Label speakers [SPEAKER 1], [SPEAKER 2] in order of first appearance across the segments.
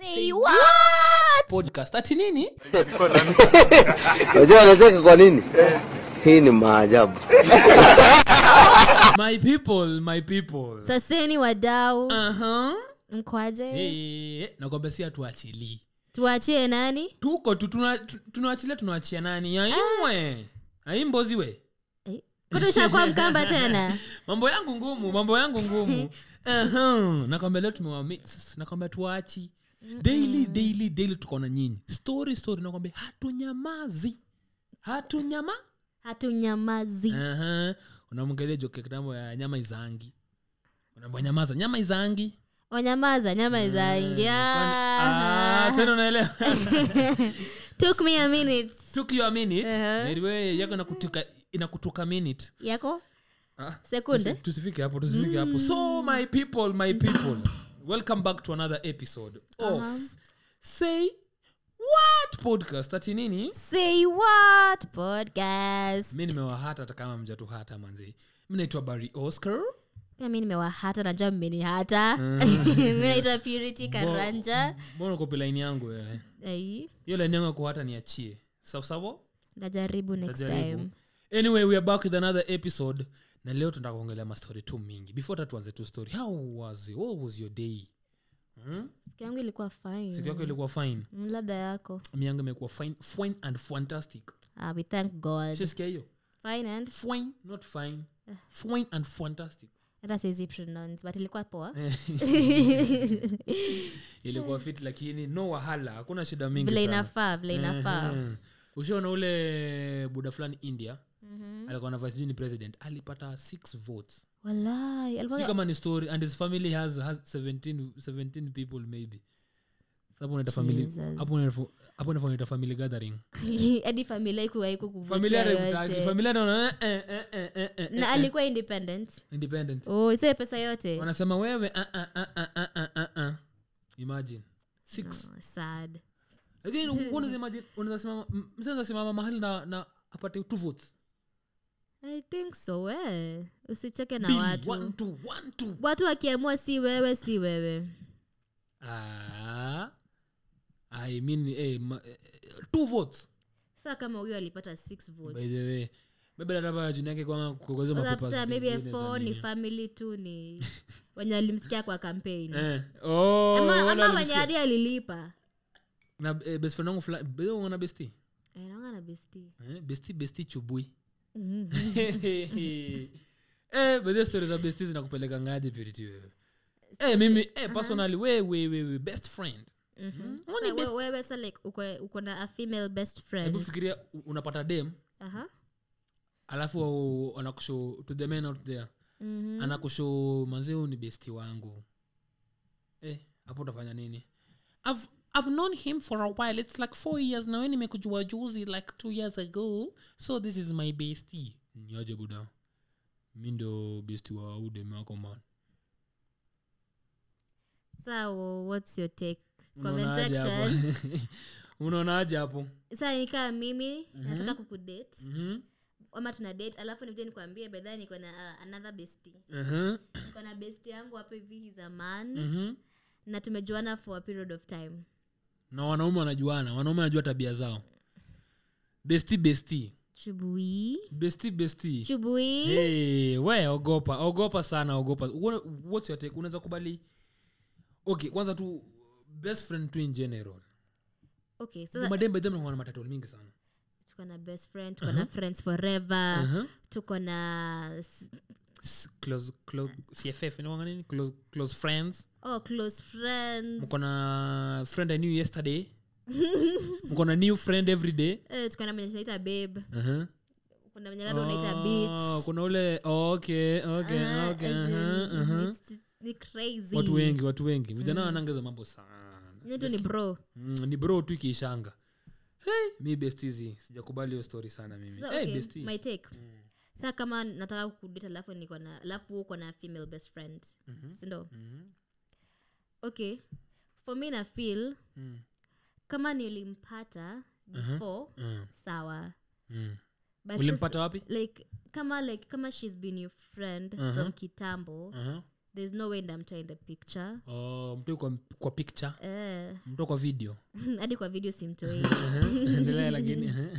[SPEAKER 1] Say what?
[SPEAKER 2] podcast ati nini
[SPEAKER 3] unajua wanacheka kwa nini hii ni maajabu
[SPEAKER 2] my people my people
[SPEAKER 1] saseni wadau
[SPEAKER 2] Aha.
[SPEAKER 1] mkwaje
[SPEAKER 2] Eh, nakwambia si hatuachilii
[SPEAKER 1] tuachie nani
[SPEAKER 2] tuko tu tuna- tu- tunaachilia tunaachia nani aimwe aimboziwe
[SPEAKER 1] kutushakuwa mkamba tena
[SPEAKER 2] mambo yangu ngumu mambo yangu ngumu Aha. nakwambia leo tumewamix nakwambia tuwachi daily daily daily tukaona nyinyi story story nakwambia hatunyamazi hatunyama
[SPEAKER 1] hatunyamazi
[SPEAKER 2] Aha. unamwangalia joke ya kitambo ya nyama izangi unaambia nyamaza nyama izangi
[SPEAKER 1] wanyamaza nyama
[SPEAKER 2] Mm,
[SPEAKER 1] izaingia
[SPEAKER 2] Ah, sasa unaelewa
[SPEAKER 1] took me a minute
[SPEAKER 2] took you a minute
[SPEAKER 1] Aha.
[SPEAKER 2] By the way, yako inakutuka inakutuka minute
[SPEAKER 1] yako
[SPEAKER 2] Ah,
[SPEAKER 1] sekunde
[SPEAKER 2] Tusi- tusifike hapo tusifike hapo so my people my people welcome back to another episode of say what podcast ati nini
[SPEAKER 1] say what podcast
[SPEAKER 2] mi nimewahata hata kama mjatuhata manzi mi naitwa bari oscar
[SPEAKER 1] pia mi nimewahata najua mmenihata
[SPEAKER 2] Mm.
[SPEAKER 1] mi naitwa purity karanja
[SPEAKER 2] mbona uko pilaini yangu wewe
[SPEAKER 1] Ai,
[SPEAKER 2] hiyo laini yangu ya kuhata niachie sawasawa
[SPEAKER 1] najaribu next
[SPEAKER 2] Tajaribu.
[SPEAKER 1] time
[SPEAKER 2] anyway we are back with another episode na leo tunataka kuongelea mastori tu mingi before tatuanze tu story how was it? what was your day hmm?
[SPEAKER 1] siku yangu ilikuwa
[SPEAKER 2] siku
[SPEAKER 1] fine
[SPEAKER 2] yako ilikuwa fine
[SPEAKER 1] Mm, labda yako
[SPEAKER 2] mi yangu imekuwa fine fine and fantastic
[SPEAKER 1] Ah, we thank god
[SPEAKER 2] shasikia hiyo
[SPEAKER 1] finance
[SPEAKER 2] fine not fine
[SPEAKER 1] Eh.
[SPEAKER 2] fine and fantastic
[SPEAKER 1] hata siwezi pronounce but ilikuwa poa
[SPEAKER 2] Eh. ilikuwa fit lakini no wahala hakuna shida mingi
[SPEAKER 1] Hmm. vile
[SPEAKER 2] sana.
[SPEAKER 1] inafaa vile inafaa
[SPEAKER 2] Mhm. ushaona ule buda fulani india
[SPEAKER 1] Mhm. Hmm.
[SPEAKER 2] alikuwa na vice ni president alipata six votes
[SPEAKER 1] walai
[SPEAKER 2] si
[SPEAKER 1] alikuwa
[SPEAKER 2] kama ni story and his family has, has 17, 17 people maybe hapo unaita family
[SPEAKER 1] Jesus.
[SPEAKER 2] hapo unaita- hapo unaita family gathering
[SPEAKER 1] hadi familia ikuwaiku
[SPEAKER 2] familia
[SPEAKER 1] kuvutia
[SPEAKER 2] haikutaki.
[SPEAKER 1] yote
[SPEAKER 2] familia anaona, eh, eh, eh, eh, eh, eh.
[SPEAKER 1] na alikuwa independent
[SPEAKER 2] independent
[SPEAKER 1] oh, sio pesa yote
[SPEAKER 2] wanasema wewe ah, ah, ah, ah, ah, ah, ah, ah. imagine six
[SPEAKER 1] Oh, sad
[SPEAKER 2] lakini unaweza imagine- unaweza simama- m- mzee anaweza simama mahali na, na apate two votes
[SPEAKER 1] i think so eh. usicheke na
[SPEAKER 2] Mbili,
[SPEAKER 1] watu
[SPEAKER 2] one, two, one, two.
[SPEAKER 1] watu wakiamua si wewe si wewe
[SPEAKER 2] Ah, I mean, eh, ma- eh, two votes
[SPEAKER 1] saa kama huyo alipata six votes.
[SPEAKER 2] by the way maybe labda jina yake kwama kukogoza
[SPEAKER 1] Sasa
[SPEAKER 2] mapapers
[SPEAKER 1] after maybe
[SPEAKER 2] zingine za
[SPEAKER 1] F4 ni
[SPEAKER 2] nini.
[SPEAKER 1] family tu ni wenye walimsikia kwa kampeni
[SPEAKER 2] Eh, oh,
[SPEAKER 1] ama,
[SPEAKER 2] wale
[SPEAKER 1] ama wenye
[SPEAKER 2] walimsikia.
[SPEAKER 1] hadi alilipa
[SPEAKER 2] na eh, best friend wangu fulani- by the way, unaona bestie?
[SPEAKER 1] Eh, naona besti
[SPEAKER 2] Eh, bestie- bestie chubui Mm-hmm. Eh, but these stories za bestie zinakupeleka ngaje Purity wewe? Eh, mimi eh, personally we, we, we, we, best friend Only
[SPEAKER 1] Mm-hmm. Sa- we- wewe sa like uko- uko na a female best
[SPEAKER 2] hebu
[SPEAKER 1] friend
[SPEAKER 2] fikiria u- unapata dem
[SPEAKER 1] Aha.
[SPEAKER 2] alafu au- anakushow to the men out there
[SPEAKER 1] Mhm.
[SPEAKER 2] Mm-hmm. anakushow manzee huyu ni besti wangu eh hapo utafanya nini I've, i've known him for a while it's like four years na we nimekujua juzi like two years ago so this is my besti niaje buda mi ndo besti wa udem wako man
[SPEAKER 1] Sa, wo- whats your take Comment
[SPEAKER 2] Unaonaje hapo?
[SPEAKER 1] section.
[SPEAKER 2] unaonaje hapo Mm-hmm.
[SPEAKER 1] Sa, nikaa mimi nataka kukudate
[SPEAKER 2] Mhm,
[SPEAKER 1] ama tuna date alafu nikuje nikwambie bedha niko na uh, another besti
[SPEAKER 2] mhm,
[SPEAKER 1] niko na besti yangu hapo hivi he's a man
[SPEAKER 2] mhm.
[SPEAKER 1] na tumejuana for a period of time
[SPEAKER 2] na wanaume wanajuana wanaume wanajua tabia zao besti besti
[SPEAKER 1] chubui
[SPEAKER 2] besti besti
[SPEAKER 1] chubui
[SPEAKER 2] Hey, we ogopa ogopa sana ogopa Uone- what's your take unaweza kubali okay kwanza tu best friend tu in general
[SPEAKER 1] okay sasa
[SPEAKER 2] madem by them na matatizo mingi sana
[SPEAKER 1] tuko na best friend tuko
[SPEAKER 2] Uh-huh.
[SPEAKER 1] na friends forever
[SPEAKER 2] Aha.
[SPEAKER 1] tuko na s-
[SPEAKER 2] Uh-huh. S- close close cff inakuanga nini close close friends
[SPEAKER 1] oh, close friends
[SPEAKER 2] mko na friend i knew yesterday mko na new friend every day
[SPEAKER 1] Eh, tuko na mwenye tunaita babe
[SPEAKER 2] Aha.
[SPEAKER 1] kuna mwenye labda unaita
[SPEAKER 2] Oh,
[SPEAKER 1] bitch
[SPEAKER 2] kuna ule okay okay
[SPEAKER 1] Ah,
[SPEAKER 2] okay
[SPEAKER 1] as in,
[SPEAKER 2] aha, aha.
[SPEAKER 1] it's- ni crazy
[SPEAKER 2] watu wengi watu wengi vijana wanaongeza mambo sana
[SPEAKER 1] Yenyewe Mm. tu ni bro
[SPEAKER 2] mm, ni bro tu ikiishanga hey, mi bestizi sijakubali hiyo story sana mimi
[SPEAKER 1] Sasa,
[SPEAKER 2] hey,
[SPEAKER 1] okay,
[SPEAKER 2] bestie. Mm.
[SPEAKER 1] my take sasa kama nataka kukudate alafu niko na alafu uko na female best friend
[SPEAKER 2] Mhm. Hmm?
[SPEAKER 1] sindo okay for me na feel
[SPEAKER 2] Mm.
[SPEAKER 1] kama nilimpata before
[SPEAKER 2] Mm,
[SPEAKER 1] sawa
[SPEAKER 2] mm.
[SPEAKER 1] But
[SPEAKER 2] ulimpata wapi Hmm.
[SPEAKER 1] like kama like kama she's been your friend from kitambo
[SPEAKER 2] Aha.
[SPEAKER 1] there's no way ndamtoa in the picture
[SPEAKER 2] Uh-huh. oh, mtoi kwa, kwa picture
[SPEAKER 1] Eh,
[SPEAKER 2] mto kwa video Uh-huh.
[SPEAKER 1] hadi kwa video simtoi
[SPEAKER 2] endelea lakini uh-huh.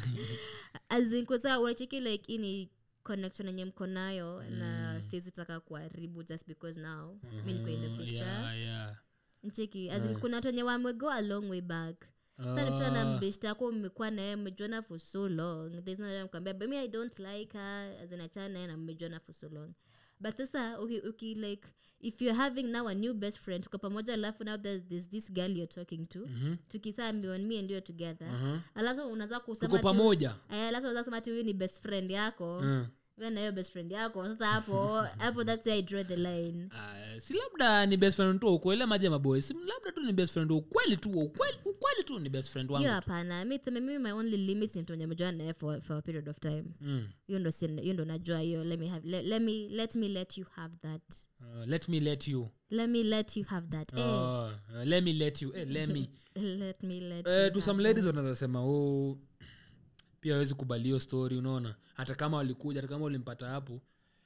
[SPEAKER 1] azinkosa unacheki like hii ni connection yenye mko nayo na siwezi taka kuharibu just because now mi niko in the
[SPEAKER 2] Mm,
[SPEAKER 1] picture
[SPEAKER 2] yeah, yeah.
[SPEAKER 1] ncheki azin kuna watu wenye wamego a long way back sasa mtu
[SPEAKER 2] Oh. Ah.
[SPEAKER 1] anambishtako mmekuwa naye mmejuana for so long there's no way mkwambia but me i don't like her azin achana naye na mmejuana for so long but sasa uki, uki like if you're having now a new best friend tuko pamoja alafu now there's, there's this girl you're talking to
[SPEAKER 2] Mm.
[SPEAKER 1] mm-hmm. tukisaa me and you are together mm-hmm. alafu unaweza kusema
[SPEAKER 2] Uh-huh. tuko
[SPEAKER 1] ati-
[SPEAKER 2] pamoja
[SPEAKER 1] Eh, alafu unaweza kusema ati huyu ni best friend yako
[SPEAKER 2] Mm.
[SPEAKER 1] wewe na hiyo best friend yako sasa hapo hapo that's where i draw the line
[SPEAKER 2] Ah, si labda ni best friend tu wa ukweli maji maboys labda tu ni best friend wa ukweli tu wa ukweli ukweli tu ni best friend wangu
[SPEAKER 1] hiyo hapana mi tuseme mimi my only limit ni mtu mwenye mejua naye for, for a period of time
[SPEAKER 2] Mm.
[SPEAKER 1] hiyo ndo sin- hiyo ndo najua hiyo let me have let, let me let me let you have that
[SPEAKER 2] Uh, let me let you
[SPEAKER 1] let me let you have that eh,
[SPEAKER 2] Oh, uh, let me let you eh, let me
[SPEAKER 1] let me let
[SPEAKER 2] Eh,
[SPEAKER 1] you
[SPEAKER 2] to some
[SPEAKER 1] have
[SPEAKER 2] ladies wanaweza sema oh, pia awezi kubali hiyo story unaona hata kama walikuja hata kama ulimpata hapo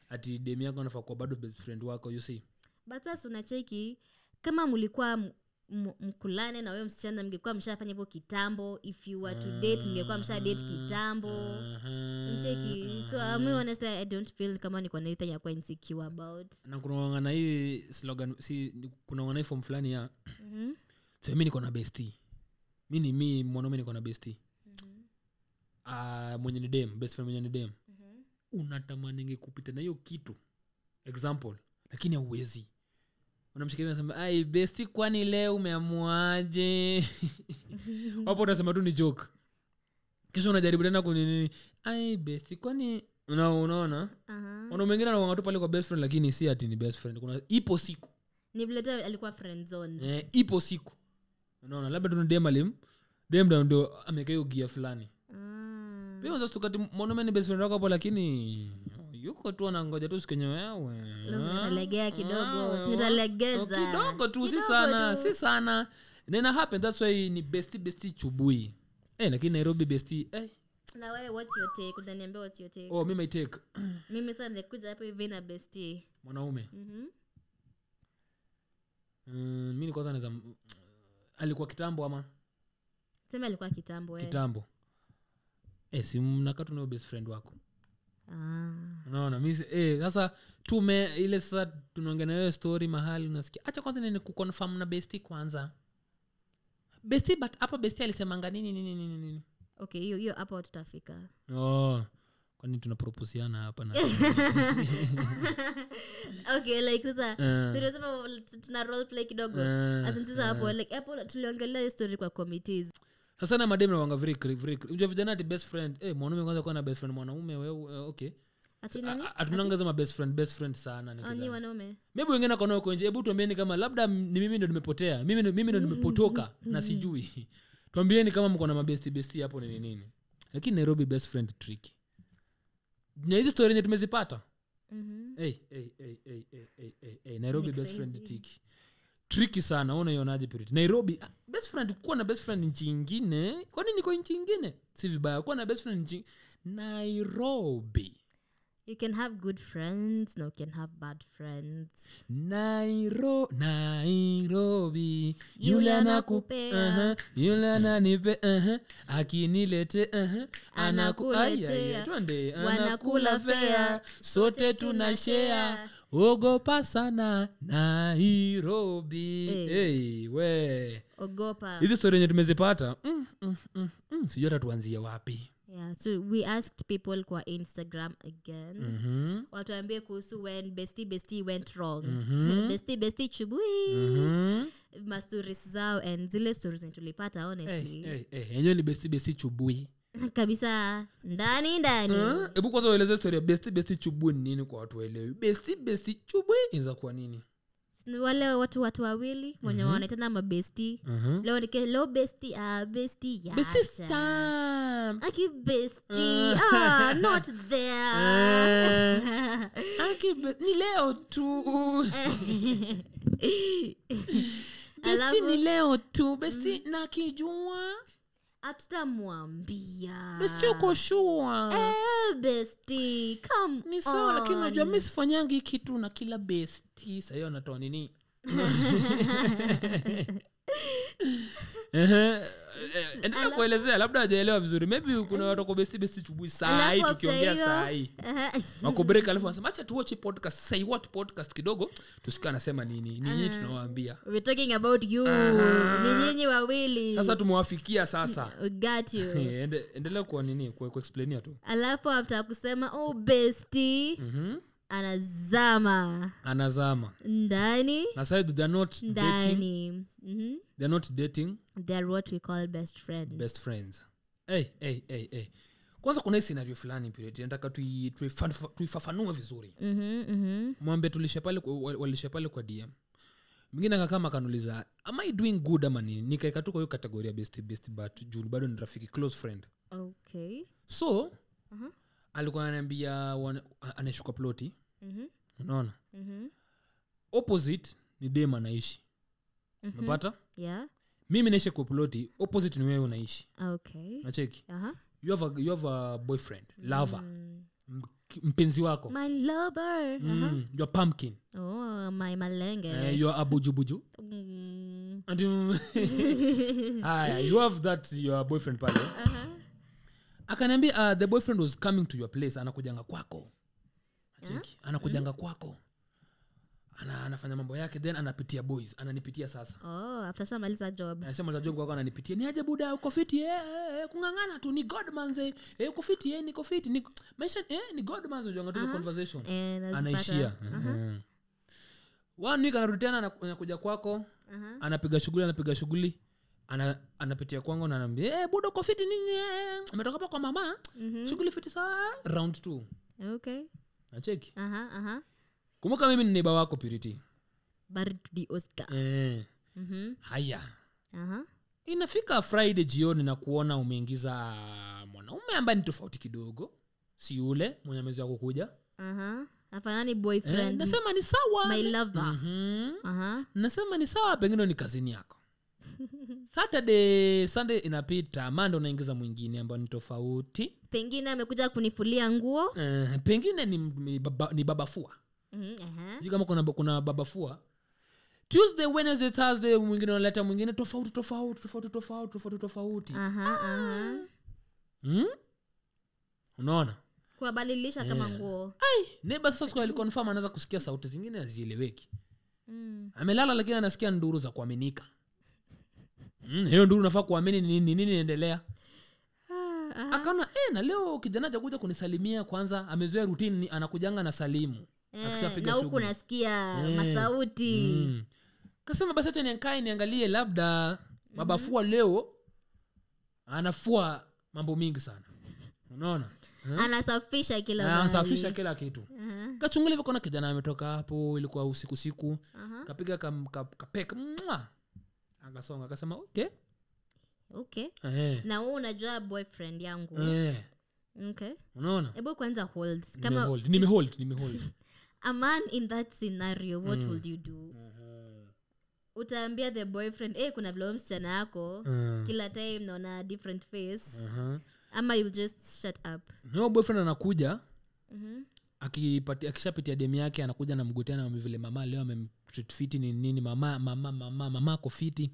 [SPEAKER 2] ati demi yako anafaa kuwa bado best friend wako you see
[SPEAKER 1] but sasa unacheki kama mlikuwa m- m- mkulane na wewe msichana mngekuwa mshafanya hivyo kitambo if you were to date mngekuwa msha
[SPEAKER 2] Ah,
[SPEAKER 1] date kitambo
[SPEAKER 2] Mm,
[SPEAKER 1] mcheki so um, me honestly i don't feel kama niko na anything ya kuwa insecure about
[SPEAKER 2] na kunaangana hii slogan si kunaangana hii form fulani ya
[SPEAKER 1] Mm-hmm.
[SPEAKER 2] so mi niko na besti mi ni mi mwanaume niko na besti Ah, mwenye ni dem best friend mwenye ni dem unatamaninge kupita na hiyo kitu example lakini hauwezi unamshikilia nasema ai besti kwani leo umeamuaje wapo unasema tu ni joke kesho unajaribu tena kuninini ai besti kwani una unaona
[SPEAKER 1] Aha.
[SPEAKER 2] wanaume wengine anawanga tu pale kwa best friend lakini si ati ni best friend kuna ipo siku
[SPEAKER 1] ni vile tu alikuwa friend zone
[SPEAKER 2] eh, ipo siku unaona labda tuna dem alim dem ndo- ndo ameweka hiyo gia fulani
[SPEAKER 1] Ah.
[SPEAKER 2] pia unaweza tukati mwanaume ni best friend wako hapo lakini yuko tu anangoja tu siku yenye wewe
[SPEAKER 1] Lazima nitalegea kidogo,
[SPEAKER 2] Ah,
[SPEAKER 1] nitalegeza.
[SPEAKER 2] oh, kidogo tu si
[SPEAKER 1] Kidogo
[SPEAKER 2] sana
[SPEAKER 1] tu.
[SPEAKER 2] si sana nena happen that's why ni besti besti chubui eh, lakini nairobi besti eh,
[SPEAKER 1] na wewe what's your take utaniambia what's your take
[SPEAKER 2] oh, mi my take
[SPEAKER 1] mimi sasa nimekuja hapo hivi na besti
[SPEAKER 2] mwanaume
[SPEAKER 1] Mhm.
[SPEAKER 2] mm, mi ni kwanza naweza alikuwa kitambo ama
[SPEAKER 1] sema alikuwa kitambo eh. wewe.
[SPEAKER 2] kitambo e, si mnakatu nayo best friend wako
[SPEAKER 1] Ah.
[SPEAKER 2] unaona mi si- eh, sasa tume ile sasa tunaongea na wewe story mahali unasikia hacha kwanza nini kuconfirm na besti kwanza besti but hapa besti alisemanga nini nini nini nini
[SPEAKER 1] okay hiyo hiyo hapo tutafika
[SPEAKER 2] oh, kwani tunaproposiana hapa na Eh,
[SPEAKER 1] okay like sasa
[SPEAKER 2] Eh,
[SPEAKER 1] so tunasema tuna role play kidogo
[SPEAKER 2] eh.
[SPEAKER 1] asantisa hapo like hapo tuliongelea hiyo story kwa committees
[SPEAKER 2] sasa na madem nawanga uja vijana ati best friend eh, mwanaume kwanza kuwa na best friend mwanaume wewe eh, okay
[SPEAKER 1] ati nani
[SPEAKER 2] ah, atunangazema best friend best friend sana
[SPEAKER 1] Ah,
[SPEAKER 2] nikidhani.
[SPEAKER 1] nyi wanaume
[SPEAKER 2] maybe wengine akaona uko nje hebu tuambieni kama labda m- ni mimi ndo nimepotea mimi ndo- mimi ndo nimepotoka
[SPEAKER 1] Mm-hmm.
[SPEAKER 2] na sijui tuambieni kama mko na mabesti besti hapo nini nini lakini nairobi best friend trick na hizi story enye tumezipata
[SPEAKER 1] Mhm.
[SPEAKER 2] hey, hey, hey, hey, hey, hey, hey, hey. nairobi
[SPEAKER 1] Ni
[SPEAKER 2] best friend
[SPEAKER 1] crazy.
[SPEAKER 2] trick triki sana wewe unaionaje Purity? nairobi ah, best friend kuwa na best friend nchi ingine kwani niko nchi ingine si vibaya kuwa na best friend nchi nairobi
[SPEAKER 1] you can have good friends no you can have bad friends
[SPEAKER 2] nairo nairobi
[SPEAKER 1] Yule
[SPEAKER 2] yule
[SPEAKER 1] anakupea.
[SPEAKER 2] anakupea yule ananipe aha, akinilete aha, anaku-
[SPEAKER 1] Anakuletea.
[SPEAKER 2] ai, ai, ai, twende,
[SPEAKER 1] Wanakula
[SPEAKER 2] anakula
[SPEAKER 1] fea.
[SPEAKER 2] fea sote tunashea ogopa sana nairobi
[SPEAKER 1] Eh.
[SPEAKER 2] hey, we
[SPEAKER 1] ogopa
[SPEAKER 2] hizi stori enye tumezipata mm, mm, mm, mm, sijui hata tuanzie wapi
[SPEAKER 1] yeah so we asked people kwa instagram again
[SPEAKER 2] mm-hmm.
[SPEAKER 1] watuambie kuhusu when besti besti went wrong besti besti chubui
[SPEAKER 2] mm-hmm.
[SPEAKER 1] mastories zao and zile stories zenye tulipata honestly
[SPEAKER 2] hey, hey, enyewe ni besti besti chubui
[SPEAKER 1] kabisa ndani ndani
[SPEAKER 2] Eh, hebu kwanza ueleze story ya besti besti chubwe ni nini kwa watu waelewi besti besti chubwe inaweza kuwa nini
[SPEAKER 1] Ni wale watu watu wawili wenye wanaitana mabesti leo nike leo besti ah besti
[SPEAKER 2] besti
[SPEAKER 1] yacha
[SPEAKER 2] stamp
[SPEAKER 1] aki besti ah not there
[SPEAKER 2] Aki be- ni leo tu besti
[SPEAKER 1] Alafu- Mm.
[SPEAKER 2] ni leo tu besti nakijua
[SPEAKER 1] hatutamwambia
[SPEAKER 2] msiokoshua
[SPEAKER 1] Ah. Eh, oh. bestie, come
[SPEAKER 2] ni sawa lakini najua
[SPEAKER 1] on.
[SPEAKER 2] mi sifanyangi hii kitu na kila besti sahii anatoa nini Ehe, eh, endelea kuelezea labda hajaelewa vizuri maybe kuna watako besti besti chubui sahii
[SPEAKER 1] Alafu
[SPEAKER 2] tukiongea
[SPEAKER 1] after
[SPEAKER 2] sahii
[SPEAKER 1] hiyo-
[SPEAKER 2] wakubrek alafu anasema acha tuwache podcast say what podcast kidogo tusikia anasema nini ni nyinyi tunawaambia
[SPEAKER 1] We're talking about you ni nyinyi wawili
[SPEAKER 2] sasa tumewafikia sasa
[SPEAKER 1] We got you
[SPEAKER 2] Eh, ende- endelea kuwa nini ku- kuexplainia tu
[SPEAKER 1] alafu after kusema oh besti
[SPEAKER 2] Mhm.
[SPEAKER 1] anazama
[SPEAKER 2] anazama
[SPEAKER 1] ndani
[SPEAKER 2] na sasa they're not dating,
[SPEAKER 1] ndani Mhm.
[SPEAKER 2] they're not dating
[SPEAKER 1] They are what we call best friends
[SPEAKER 2] best friends hey, hey, hey, hey. kwanza kuna hii scenario fulani period nataka tui- tuifanfa- tuifafanue vizuri
[SPEAKER 1] Mhm, mhm.
[SPEAKER 2] mwambe tulisha pale kwa- wa- walisha pale kwa dm mwingine akakama akanuliza am i doing good ama nini nikaeka tu kwa hiyo kategoria best best but juu bado ni rafiki close friend
[SPEAKER 1] okay
[SPEAKER 2] so alikuwa ananiambia wana- a- anashuka ploti
[SPEAKER 1] Mhm,
[SPEAKER 2] unaona
[SPEAKER 1] mhm,
[SPEAKER 2] opposite ni dem anaishi umepata
[SPEAKER 1] yeah
[SPEAKER 2] mimi naishi kwa ploti opposite ni wewe unaishi
[SPEAKER 1] okay Uh-huh.
[SPEAKER 2] nacheki
[SPEAKER 1] Aha.
[SPEAKER 2] you have a, you have a boyfriend lover
[SPEAKER 1] Mm.
[SPEAKER 2] Mk- mpenzi wako
[SPEAKER 1] my lover Aha.
[SPEAKER 2] mm, your pumpkin
[SPEAKER 1] oh my malenge
[SPEAKER 2] eh, your abujubuju
[SPEAKER 1] Mm.
[SPEAKER 2] and you- Aya, you have that your boyfriend pale akaniambia uh, the boyfriend was coming to your place anakujanga kwako Cheki, anakujanga kwako ana, anafanya mambo yake then anapitia boys ananipitia sasa
[SPEAKER 1] oh after shamaliza job
[SPEAKER 2] anashamalizajongo wako ananipitia ni aje buda uko fiti eh, eh, eh, kung'ang'ana tu ni godmanze eh, uko fiti eh, niko fiti ni, maisha eh, ni godmanze ujanga tu the conversation
[SPEAKER 1] Eh, nazipata.
[SPEAKER 2] anaishia Mhm. one week anarudi tena anaku- anakuja kwako
[SPEAKER 1] Aha.
[SPEAKER 2] anapiga shughuli anapiga shughuli ana, anapitia kwangu na anaambia eh, buda uko fiti nini eh, umetoka hapa kwa mama
[SPEAKER 1] Mm.
[SPEAKER 2] shughuli fiti sawa round t
[SPEAKER 1] Mm-hmm. okay Uh-huh,
[SPEAKER 2] nacheki
[SPEAKER 1] aha aha
[SPEAKER 2] kumbuka mimi ni neiba wako piriti
[SPEAKER 1] Married to the oscar Uh-huh.
[SPEAKER 2] eh,
[SPEAKER 1] Mhm.
[SPEAKER 2] haya
[SPEAKER 1] aha
[SPEAKER 2] inafika friday jioni na kuona umeingiza mwanaume ambaye ni tofauti kidogo si yule mwenye amezi wako kuja
[SPEAKER 1] aha afanani
[SPEAKER 2] eh,
[SPEAKER 1] Uh-huh. boyfriend
[SPEAKER 2] nasema ni sawa
[SPEAKER 1] my lover Uh-huh.
[SPEAKER 2] Mhm.
[SPEAKER 1] aha
[SPEAKER 2] nasema ni sawa pengine ni kazini yako saturday sunday inapita manda unaingiza mwingine ambao ni tofauti
[SPEAKER 1] pengine amekuja kunifulia nguo
[SPEAKER 2] uh, pengine ni, ni, baba, ni babafua
[SPEAKER 1] Mhm, aha.
[SPEAKER 2] sijui kama kuna, kuna babafua tuesday wednesday thursday mwingine unaleta mwingine tofauti tofauti tofauti tofauti tofauti tofauti
[SPEAKER 1] aha aha
[SPEAKER 2] hmm? unaona
[SPEAKER 1] kuwabadilisha kama nguo
[SPEAKER 2] neba sasa siku alikonfam anaweza kusikia sauti zingine hazieleweki
[SPEAKER 1] Mm.
[SPEAKER 2] amelala lakini anasikia nduru za kuaminika Mm, hiyo nduru nafaa kuamini ni nini nini inaendelea
[SPEAKER 1] Ah, ah.
[SPEAKER 2] akaona e, na leo kijana jakuja kunisalimia kwanza amezoea rutini anakujanga na salimu
[SPEAKER 1] Eh,
[SPEAKER 2] akishapiga
[SPEAKER 1] na huku
[SPEAKER 2] shughuli.
[SPEAKER 1] nasikia
[SPEAKER 2] Eh.
[SPEAKER 1] masauti
[SPEAKER 2] mm. kasema basi hacha niankae niangalie labda babafua leo anafua mambo mingi sana unaona Eh?
[SPEAKER 1] anasafisha kila
[SPEAKER 2] Na
[SPEAKER 1] mahali.
[SPEAKER 2] Ah,
[SPEAKER 1] Uh-huh,
[SPEAKER 2] anasafisha kila kitu
[SPEAKER 1] Aha,
[SPEAKER 2] kachunguli vyokaona kijana ametoka hapo ilikuwa usiku siku
[SPEAKER 1] aha.
[SPEAKER 2] kapiga kam- ka- kapeka mwa akasonga akasema okay
[SPEAKER 1] okay
[SPEAKER 2] eh,
[SPEAKER 1] na wewe unajua boyfriend yangu
[SPEAKER 2] eh,
[SPEAKER 1] okay
[SPEAKER 2] unaona
[SPEAKER 1] hebu kwanza hold kama
[SPEAKER 2] nimehold nimehold nimehold
[SPEAKER 1] a man in that scenario what
[SPEAKER 2] Mm.
[SPEAKER 1] would you do utaambia the boyfriend hey, kuna vile huyo msichana yako
[SPEAKER 2] Mm.
[SPEAKER 1] kila time naona different face
[SPEAKER 2] Aha.
[SPEAKER 1] ama you'll just shut up
[SPEAKER 2] no boyfriend anakuja
[SPEAKER 1] Mhm.
[SPEAKER 2] akipati- akishapitia demu yake anakuja na mguu tena vile mama leo amemtreat fiti ni nini mama mama mama mama ako fiti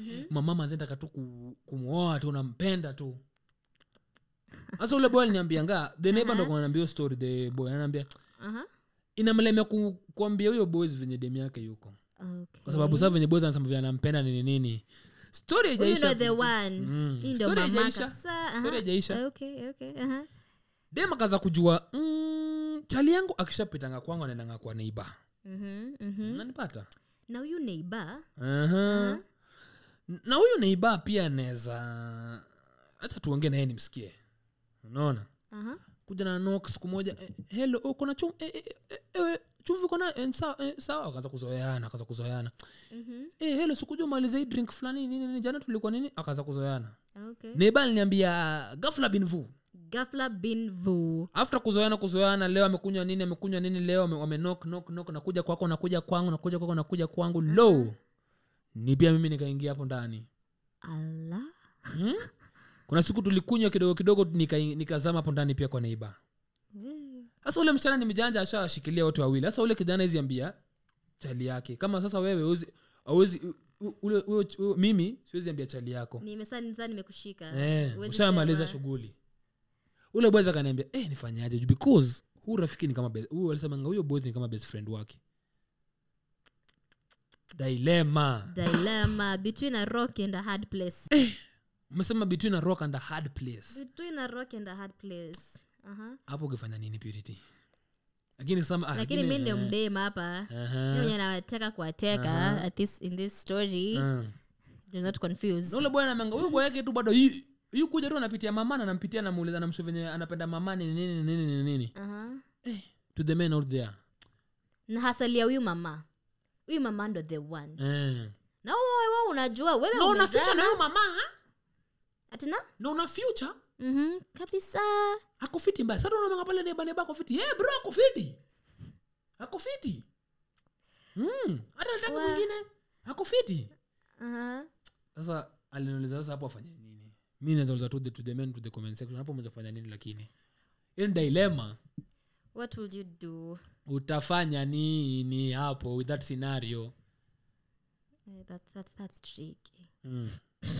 [SPEAKER 1] Mhm.
[SPEAKER 2] mama mazetaka tu ku- kumwoa tu unampenda tu sasa ule boy aliniambianga the neighbor
[SPEAKER 1] Mhm.
[SPEAKER 2] ndo ananiambia hiyo story the boy ananiambia
[SPEAKER 1] Aha.
[SPEAKER 2] inamlemea ku, kuambia huyo boys venye demu yake yuko
[SPEAKER 1] Okay.
[SPEAKER 2] kwa sababu saa venye boys anasema vya anampenda nini nini story
[SPEAKER 1] Mhm. Huyu ndo
[SPEAKER 2] haijaisha
[SPEAKER 1] the one
[SPEAKER 2] Mm.
[SPEAKER 1] hii ndo
[SPEAKER 2] Story
[SPEAKER 1] mama
[SPEAKER 2] haijaisha.
[SPEAKER 1] kabisa Aha. Eh.
[SPEAKER 2] Story haijaisha.
[SPEAKER 1] okay, okay. uh-huh. Aha.
[SPEAKER 2] dem akaanza kujua mm, chali yangu akishapitanga kwangu anaendanga kwa neiba
[SPEAKER 1] Mhm, mhm.
[SPEAKER 2] nanipata
[SPEAKER 1] na huyu neiba
[SPEAKER 2] Aha. na huyu neiba pia anaweza hacha tuongee naye nimsikie unaona
[SPEAKER 1] uh-huh.
[SPEAKER 2] kuja na nok siku moja eh, helo oh, kuna chu eh, eh, eh, eh, chumvi kona eh, sawa eh, sawa akaanza kuzoeana akaanza kuzoeana
[SPEAKER 1] Mm-hmm,
[SPEAKER 2] eh, helo sikujua maliza hii drink fulani nini nini jana tulikuwa nini akaanza kuzoeana neiba aliniambia gafla binvu
[SPEAKER 1] gafla bin vu
[SPEAKER 2] after kuzoeana kuzoeana leo amekunywa nini amekunywa nini leo ame- wame knock knock knock nakuja kwako nakuja kwangu nakuja kwako nakuja kwangu lo ni pia mimi nikaingia hapo ndani
[SPEAKER 1] ala
[SPEAKER 2] hmm? kuna siku tulikunywa kidogo kidogo nika- nikazama hapo ndani pia kwa neiba sasa ule msichana nimjanja ashawashikilia wote wawili sasa ule kijana iziambia chali yake kama sasa wewe uwezi, uwezi, ule, ule, ule, mimi siwezi ambia chali yako
[SPEAKER 1] nimesaa nimekushika
[SPEAKER 2] Eh,
[SPEAKER 1] Huwezi
[SPEAKER 2] ushamaliza
[SPEAKER 1] sema.
[SPEAKER 2] shughuli ule boys akaniambia eh, nifanyaje juu because huu rafiki ni kama best- huyu alisemanga huyo boys ni kama best friend wake dilema
[SPEAKER 1] dilemma between a rock and a hard place
[SPEAKER 2] umesema between a rock and a hard place
[SPEAKER 1] between a rock and a hard place Uh-huh. Aha.
[SPEAKER 2] hapo ukifanya nini purity lakini Eh. some- ah,
[SPEAKER 1] lakini mi ndio mdema hapa
[SPEAKER 2] Aha.
[SPEAKER 1] Mi mwenye nawateka
[SPEAKER 2] Uh-huh.
[SPEAKER 1] kuwateka at this, in this story
[SPEAKER 2] Ah.
[SPEAKER 1] do not confuse
[SPEAKER 2] na ule bwana anamanga huyu boy yake tu bado hii- hii kuja tu anapitia mamana anampitia namuuliza namsho venye anapenda mamani ni nini ni nini ni nini
[SPEAKER 1] Aha.
[SPEAKER 2] to the men out there
[SPEAKER 1] na hasalia huyu mama huyu mama ndo the one
[SPEAKER 2] eh.
[SPEAKER 1] na wewe unajua wewe
[SPEAKER 2] na una
[SPEAKER 1] umezaa-
[SPEAKER 2] future na huyu mama ha?
[SPEAKER 1] atina
[SPEAKER 2] na una future
[SPEAKER 1] mm kabisa
[SPEAKER 2] akufiti mbaya sasa unamanga pale neba neba akufiti hey bro akufiti akufiti mm hata nataka
[SPEAKER 1] Wa-
[SPEAKER 2] mwingine akufiti Uh-huh.
[SPEAKER 1] Aha.
[SPEAKER 2] sasa aliniuliza sasa hapo afanye nini mi nazauliza tu the- to the men to the comment section hapo mwenza kufanya nini lakini hiyo ni dilema
[SPEAKER 1] what will you do
[SPEAKER 2] utafanya nini hapo with that scenario
[SPEAKER 1] Eh, that's, that's, that's tricky
[SPEAKER 2] mm.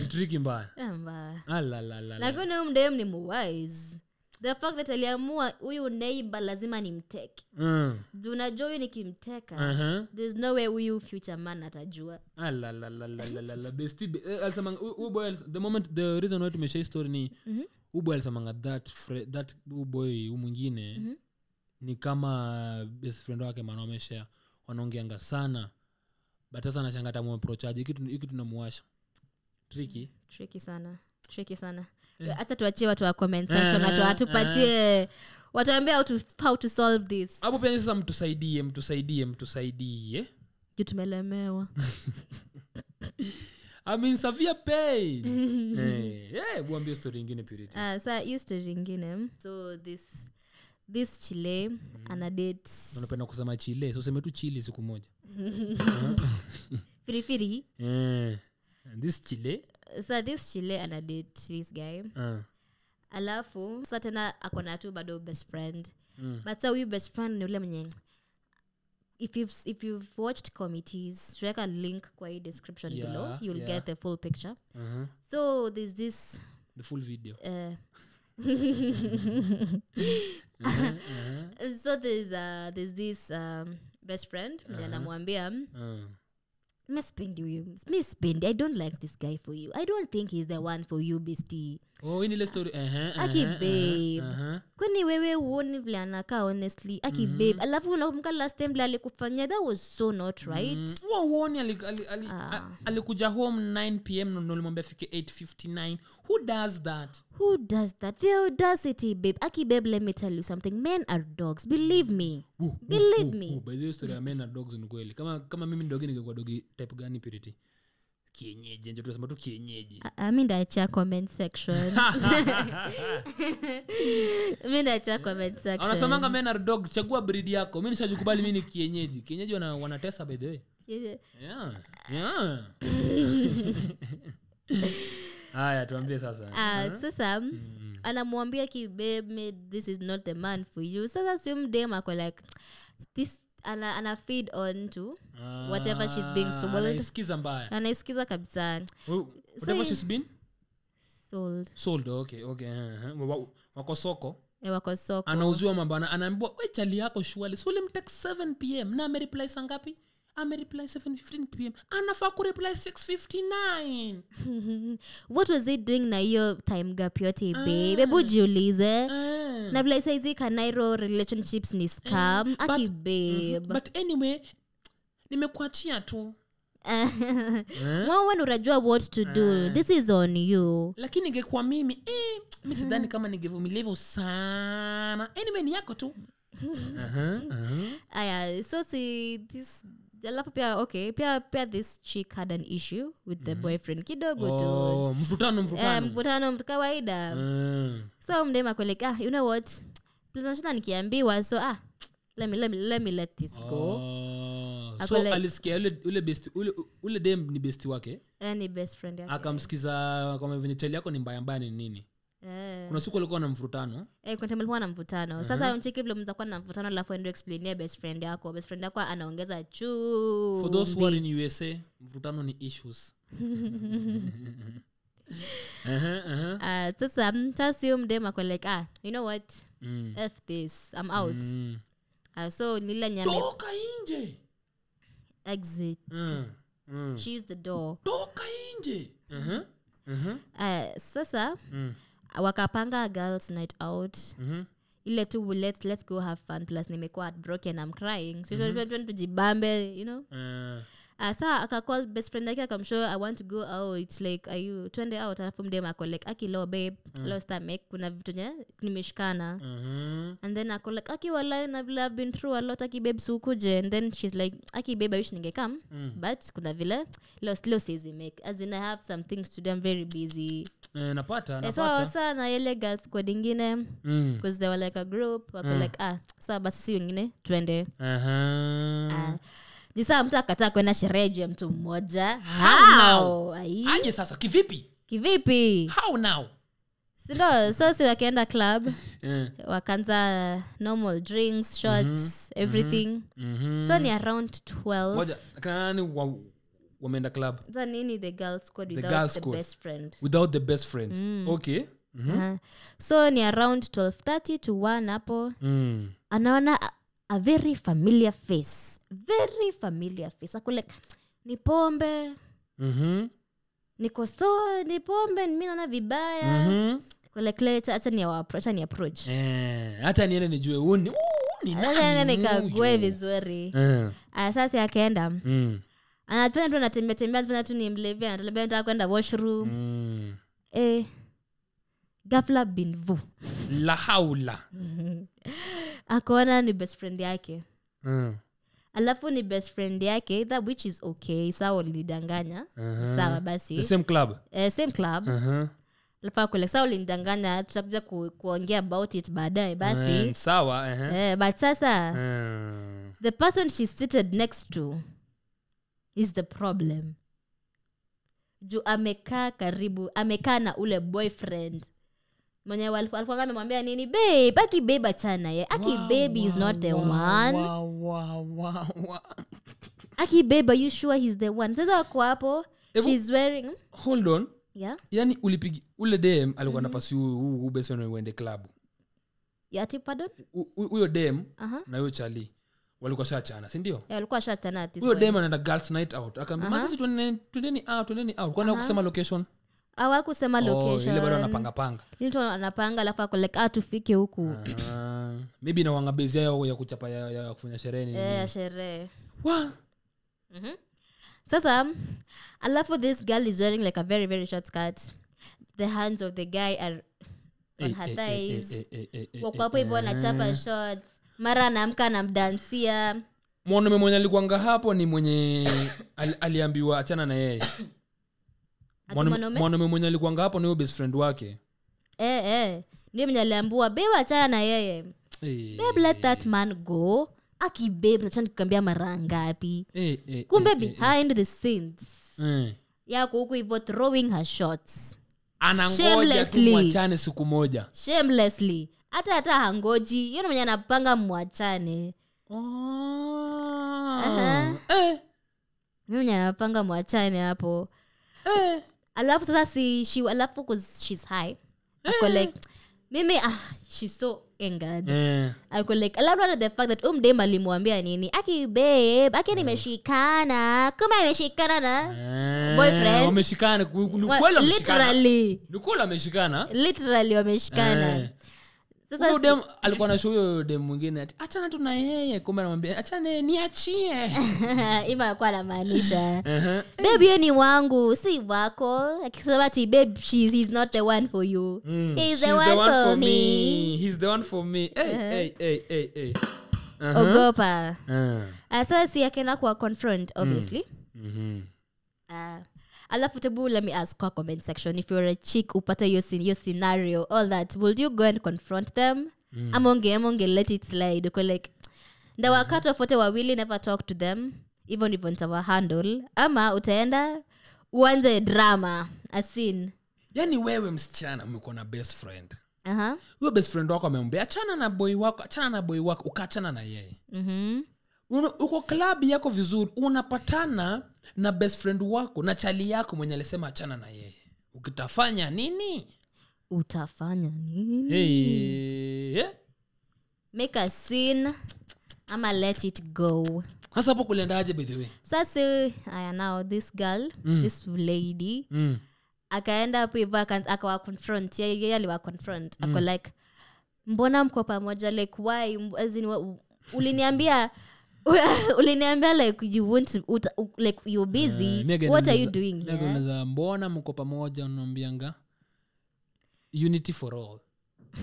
[SPEAKER 2] Ni tricky mbaya Ah,
[SPEAKER 1] Amba.
[SPEAKER 2] alalalala
[SPEAKER 1] lakini huyu mdem ni muwise the fact that aliamua huyu neiba lazima nimteke
[SPEAKER 2] mm.
[SPEAKER 1] Juu unajua huyu nikimteka
[SPEAKER 2] uh-huh. Ah,
[SPEAKER 1] there's no way huyu future man atajua
[SPEAKER 2] Alalalalala, besti be- eh, alisemanga- hu- hu boy alis- the moment the reason why tumesha hii story ni hu boy alisemanga that fre- that hu boy hu mwingine ni kama best friend wake maana wameshare wanaongeanga sana but sasa anashanga tamuaprochaji hiki tunamuwasha
[SPEAKER 1] Mm.
[SPEAKER 2] triki
[SPEAKER 1] triki sana triki sana hacha tuachie watu wa comment section watu
[SPEAKER 2] eh,
[SPEAKER 1] watupatie watuambia how to, how to solve this
[SPEAKER 2] hapo pia sasa mtusaidie mtusaidie mtusaidie
[SPEAKER 1] juu tumelemewa
[SPEAKER 2] I'm in severe pain. Eh, eh, uambie story ingine purity
[SPEAKER 1] Ah, sa hiyo story ingine um, so this this chile
[SPEAKER 2] Mm-hmm.
[SPEAKER 1] ana date
[SPEAKER 2] unapenda kusema chile so useme tu chile siku moja
[SPEAKER 1] firifiri
[SPEAKER 2] eh, this chile
[SPEAKER 1] sa this chile ana date this guy
[SPEAKER 2] ah.
[SPEAKER 1] alafu sa tena akona tu bado best friend
[SPEAKER 2] mm,
[SPEAKER 1] but sa huyu best friend ni ule mwenye if you've, if you've watched committees tuweka link kwa hii description
[SPEAKER 2] Yeah,
[SPEAKER 1] below you'll
[SPEAKER 2] yeah.
[SPEAKER 1] get the full picture
[SPEAKER 2] uh-huh.
[SPEAKER 1] so there's this
[SPEAKER 2] the full video
[SPEAKER 1] uh,
[SPEAKER 2] Uh-huh,
[SPEAKER 1] so there's uh, there's this um, best friend mwenye
[SPEAKER 2] Uh-huh.
[SPEAKER 1] anamwambia um,
[SPEAKER 2] ah.
[SPEAKER 1] mespendi huyu mispendi i don't like this guy for you i don't think he's the one for you bestie
[SPEAKER 2] oh hii ni ile story uh-huh, uh-huh,
[SPEAKER 1] aki babe
[SPEAKER 2] uh-huh.
[SPEAKER 1] kwani wewe uoni vile anakaa honestly aki babe alafu unakumbuka last time vile alikufanyia that was so not right
[SPEAKER 2] Huwa uoni ali- ali- ali-
[SPEAKER 1] Ah.
[SPEAKER 2] a- alikuja home 9 pm na ulimwambia afike 859 who does that
[SPEAKER 1] who does that the audacity babe aki babe let me tell you something men are dogs believe me believe
[SPEAKER 2] Oh,
[SPEAKER 1] me
[SPEAKER 2] by the way, story ya men na dogs ni kweli kama kama mimi dogi ningekuwa dogi type gani purity kienyeji nje tunasema tu kienyeji
[SPEAKER 1] Ah, ah, mi ndaachia comment section mi ndaachia comment section
[SPEAKER 2] wanasemanga men are dogs chagua breed yako mi nishajikubali mi ni kienyeji kienyeji wana, wanatesa by the way
[SPEAKER 1] Yeah.
[SPEAKER 2] yeah. yeah. haya tuambie sasa
[SPEAKER 1] Ah, sasa anamwambia kibebe this is not the man for you sasa siumdem ako like this ana, ana feed on to Uh, whatever she's being sold. Uh,
[SPEAKER 2] soldskiza Ah, mbaya
[SPEAKER 1] anaisikiza kabisa
[SPEAKER 2] Who- whatever she's been
[SPEAKER 1] sold
[SPEAKER 2] sold okay okay aha. Wa- wa- wako soko
[SPEAKER 1] ewako eh, soko
[SPEAKER 2] anauziwa mambo ana- anaambiwa we chali yako shuali si ulimtek 7 pm na amereply saa ngapi amereply 715 pm anafaa kureply 659
[SPEAKER 1] what was it doing na hiyo time gap yote babe hebu jiulize
[SPEAKER 2] Eh.
[SPEAKER 1] na vile saizi kanairo relationships ni scam aki babe
[SPEAKER 2] Mhm, but anyway nimekuachia tu Eh?
[SPEAKER 1] mwawen unajua what to do this is on you
[SPEAKER 2] lakini ingekuwa mimi eh, mi sidhani kama ningevumilivu sana anyway ni yako tu
[SPEAKER 1] aya Ah, so si this alafu pia okay pia pia this chick had an issue with the boyfriend kidogo tu
[SPEAKER 2] Mhm. oh, mvutano
[SPEAKER 1] Eh,
[SPEAKER 2] mvutano
[SPEAKER 1] mvutano mtu kawaida
[SPEAKER 2] Mm.
[SPEAKER 1] so mdema kweleka ah, you know what please nashida nikiambiwa so ah let me, let me, let me let this go
[SPEAKER 2] Oh,
[SPEAKER 1] Ako
[SPEAKER 2] so
[SPEAKER 1] like-
[SPEAKER 2] alisikia ule ule besti ule, ule dem ni besti wake
[SPEAKER 1] Eh, ni best friend yake
[SPEAKER 2] akamsikiza kwamba venye chali yako ni mbaya mbaya ni nini
[SPEAKER 1] Eh.
[SPEAKER 2] kuna siku alikuwa na mfurutano
[SPEAKER 1] Eh, kuna time ulikuwa na
[SPEAKER 2] Mhm.
[SPEAKER 1] mvutano sasa mcheki vile mzakuwa na mvutano alafu endo explainia best friend yako best friend yako anaongeza chuu
[SPEAKER 2] for those who are in usa mvurutano ni issues Aha, aha.
[SPEAKER 1] Ah, sasa tasiu mdem ako like ah you know what
[SPEAKER 2] Mm,
[SPEAKER 1] f this i'm out
[SPEAKER 2] mm.
[SPEAKER 1] Ah, so nila nyame
[SPEAKER 2] toka nje
[SPEAKER 1] exit
[SPEAKER 2] Mm, mm.
[SPEAKER 1] she used the door
[SPEAKER 2] toka nje Aha, aha,
[SPEAKER 1] Ah, sasa
[SPEAKER 2] Mm-hmm. mm,
[SPEAKER 1] wakapanga girls night out
[SPEAKER 2] mhm.
[SPEAKER 1] ile tu let's, let's go have fun plus nimekuwa broken i'm crying so mm-hmm. tujibambe you know
[SPEAKER 2] Ah,
[SPEAKER 1] uh, saa akacall best friend yake akamshow i want to go out like are you twende out alafu mdem ako like aki lo babe mm. lo stamek kuna vitu nye nimeshikana mm.
[SPEAKER 2] mhm.
[SPEAKER 1] and then ako like aki walai na vile i've been through a lot aki babe sukuje and then she's like aki babe i wish ningekam mm. but kuna vile lo lo siwezi make as in i have some things to do i'm very busy
[SPEAKER 2] Eh, napata
[SPEAKER 1] Eh, so
[SPEAKER 2] napata
[SPEAKER 1] saa na ile girl squad ingine
[SPEAKER 2] Mm,
[SPEAKER 1] because they were like a group wako like ah saa basi si wengine twende
[SPEAKER 2] aha. Uh-huh.
[SPEAKER 1] Ah, juu saa mtu akataa kwenda sherehe juu ya mtu mmoja
[SPEAKER 2] How
[SPEAKER 1] How? Ai,
[SPEAKER 2] aje sasa kivipi
[SPEAKER 1] kivipi
[SPEAKER 2] how now
[SPEAKER 1] sindo so si wakienda club
[SPEAKER 2] Eh,
[SPEAKER 1] wakaanza normal drinks shots everything
[SPEAKER 2] mhm.
[SPEAKER 1] so ni around 12
[SPEAKER 2] Ngoja, kina nani wa- wameenda club
[SPEAKER 1] Sasa nini the girl squad without
[SPEAKER 2] girl
[SPEAKER 1] the
[SPEAKER 2] squad.
[SPEAKER 1] best friend
[SPEAKER 2] without the best friend
[SPEAKER 1] Mm.
[SPEAKER 2] okay Mhm.
[SPEAKER 1] Ah. so ni around 1230 to 1 hapo
[SPEAKER 2] Mm.
[SPEAKER 1] anaona a, a very familiar face very familiar face akulek ni pombe
[SPEAKER 2] Mhm.
[SPEAKER 1] niko so ni pombe mi naona vibaya
[SPEAKER 2] Mhm.
[SPEAKER 1] kulekleacha ni acha ni approach
[SPEAKER 2] Eh, hata niende nijue huu ni- huu ni nani
[SPEAKER 1] Sasa nene nikague
[SPEAKER 2] huyu?
[SPEAKER 1] vizuri
[SPEAKER 2] Eh,
[SPEAKER 1] Aya, sasa akaenda
[SPEAKER 2] mm.
[SPEAKER 1] anapenda tu anatembea tembea anafanya tu ni mlevi anatembea nataka kwenda washroom
[SPEAKER 2] Mm.
[SPEAKER 1] eh gafla bin vu
[SPEAKER 2] la haula
[SPEAKER 1] akaona ni best friend yake
[SPEAKER 2] Mm.
[SPEAKER 1] alafu ni best friend yake that which is okay sawa ulidanganya
[SPEAKER 2] Aha.
[SPEAKER 1] sawa
[SPEAKER 2] Eh, uh-huh. the
[SPEAKER 1] basi
[SPEAKER 2] same club Uh-huh.
[SPEAKER 1] eh, same club
[SPEAKER 2] Aha.
[SPEAKER 1] alafu akule sawa ulinidanganya tutakuja ku, kuongea about it baadaye
[SPEAKER 2] Eh,
[SPEAKER 1] basi
[SPEAKER 2] sawa eh.
[SPEAKER 1] eh, but sasa
[SPEAKER 2] Eh.
[SPEAKER 1] the person she's seated next to is the problem juu amekaa karibu amekaa na ule boyfriend mwenye wal- alikuwa amemwambia nini babe aki babe achana ye aki babe is not the one
[SPEAKER 2] Wa- wa- wa- wa-
[SPEAKER 1] aki babe are you sure he's the one sasa wako hapo
[SPEAKER 2] Ebu-
[SPEAKER 1] she's wearing hmm?
[SPEAKER 2] hold on
[SPEAKER 1] yeah
[SPEAKER 2] yani ulipigi ule dem
[SPEAKER 1] Mm-hmm.
[SPEAKER 2] alikuwa napasi huyu- huyu huyu best friend uende club
[SPEAKER 1] yeah ati pardon Uh-huh.
[SPEAKER 2] Hu- hu- huyo dem
[SPEAKER 1] aha
[SPEAKER 2] na huyo chali walikuwa shachana sindio
[SPEAKER 1] Eh, walikuwa shachana at this
[SPEAKER 2] huyo
[SPEAKER 1] point
[SPEAKER 2] dem anaenda girls night out akaambia masisi tuendeni tuendeni out tuendeni out kwani hakusema location
[SPEAKER 1] hawakusema
[SPEAKER 2] Oh, ile bado
[SPEAKER 1] Ah, location
[SPEAKER 2] anapangapanga
[SPEAKER 1] Ile tu anapanga alafu ako like ah tufike huku
[SPEAKER 2] Ah, maybe na wanga base yao ya kuchapa ya, ya ya kufanya sherehe nini.
[SPEAKER 1] eh ya sherehe
[SPEAKER 2] Wa-
[SPEAKER 1] Sasa, um, alafu this girl is wearing like a very very short skirt. The hands of the guy are on
[SPEAKER 2] Eh,
[SPEAKER 1] her
[SPEAKER 2] eh, eh,
[SPEAKER 1] thighs.
[SPEAKER 2] eh, eh, eh, eh,
[SPEAKER 1] Wako
[SPEAKER 2] eh.
[SPEAKER 1] hapo hivyo anachapa shots. Mara anaamka anamdansia.
[SPEAKER 2] mwanaume mwenye alikuanga hapo ni mwenye al, aliambiwa achana na yeye
[SPEAKER 1] Ati
[SPEAKER 2] Mwanaume-
[SPEAKER 1] mwanaume?
[SPEAKER 2] mwanaume mwenye alikuanga hapo ni huyo best friend wake
[SPEAKER 1] Eh eh. Ndio mwenye aliambiwa babe achana na yeye.
[SPEAKER 2] Eh,
[SPEAKER 1] Babe let that man go. Aki babe nachana kukwambia mara ngapi.
[SPEAKER 2] eh, eh,
[SPEAKER 1] Kumbe
[SPEAKER 2] eh,
[SPEAKER 1] behind the scenes.
[SPEAKER 2] eh.
[SPEAKER 1] Yako huko hivyo throwing her shots.
[SPEAKER 2] anangoja tu
[SPEAKER 1] Shamelessly.
[SPEAKER 2] mwachane siku moja
[SPEAKER 1] Shamelessly. Hata hata hangoji. Yeye mwenye anapanga mwachane. Ah. Aha.
[SPEAKER 2] Eh,
[SPEAKER 1] mimi anapanga mwachane hapo
[SPEAKER 2] eh.
[SPEAKER 1] alafu sasa si she alafu 'cause she's high ako like mimi ah she's so angered
[SPEAKER 2] Eh,
[SPEAKER 1] ako like alafu hata the fact that umdem alimwambia nini aki babe aki nimeshikana kama imeshikana na
[SPEAKER 2] eh,
[SPEAKER 1] Boyfriend.
[SPEAKER 2] wameshikana ku- ku- ni
[SPEAKER 1] Wa-
[SPEAKER 2] kweli wameshikana.
[SPEAKER 1] literally
[SPEAKER 2] Ni kweli wameshikana
[SPEAKER 1] literally
[SPEAKER 2] Eh.
[SPEAKER 1] wameshikana sasa
[SPEAKER 2] Huyo
[SPEAKER 1] si-
[SPEAKER 2] dem alikuwa na huyo dem mwingine ati achana tu na yeye kumbe anamwambia achana naye, niachie
[SPEAKER 1] ima alikuwa anamaanisha
[SPEAKER 2] Eh,
[SPEAKER 1] babe hiyo ni wangu si wako akisema ti babe she's, he's not the one for you
[SPEAKER 2] mm.
[SPEAKER 1] he's
[SPEAKER 2] She's
[SPEAKER 1] the one, for me. Uh-huh.
[SPEAKER 2] he's the one for me Eh, eh, eh, eh, eh.
[SPEAKER 1] Oh,
[SPEAKER 2] Aha.
[SPEAKER 1] ogopa
[SPEAKER 2] Eh,
[SPEAKER 1] uh, sasa si akaenda kuwa confront obviously
[SPEAKER 2] mhm.
[SPEAKER 1] uh, alafu tebu let me ask kwa comment section if you're a chick upate hiyo sce- hiyo scenario all that would you go and confront them mm. amonge amonge let it slide uko like ndawakati wafote wawili never talk to them hivyo ndivyo nitawa handle ama utaenda uanze drama asin
[SPEAKER 2] yani wewe msichana umekuwa na best friend
[SPEAKER 1] aha
[SPEAKER 2] huyo best friend wako amemwambia achana na boy wako achana na boy wako ukaachana na yeye
[SPEAKER 1] mhm
[SPEAKER 2] Una- uko klabu yako vizuri unapatana na best friend wako na chali yako mwenye alisema achana na yeye ukitafanya nini
[SPEAKER 1] Hmm. utafanya nini
[SPEAKER 2] hey. yeah.
[SPEAKER 1] make a scene ama let it go
[SPEAKER 2] hasa hapo kuliendaje by the way
[SPEAKER 1] sasa aya now this girl mm. this lady
[SPEAKER 2] mm.
[SPEAKER 1] akaenda hapo hivyo aka- akawa confront Ye- yeye aliwa confront ako
[SPEAKER 2] Mm.
[SPEAKER 1] like mbona mko pamoja like why M- as in, wa- uliniambia uliniambia like you won't uta, u- like you're
[SPEAKER 2] Eh,
[SPEAKER 1] busy what are you doing here?
[SPEAKER 2] doingza mbona mko pamoja unaambianga unity for all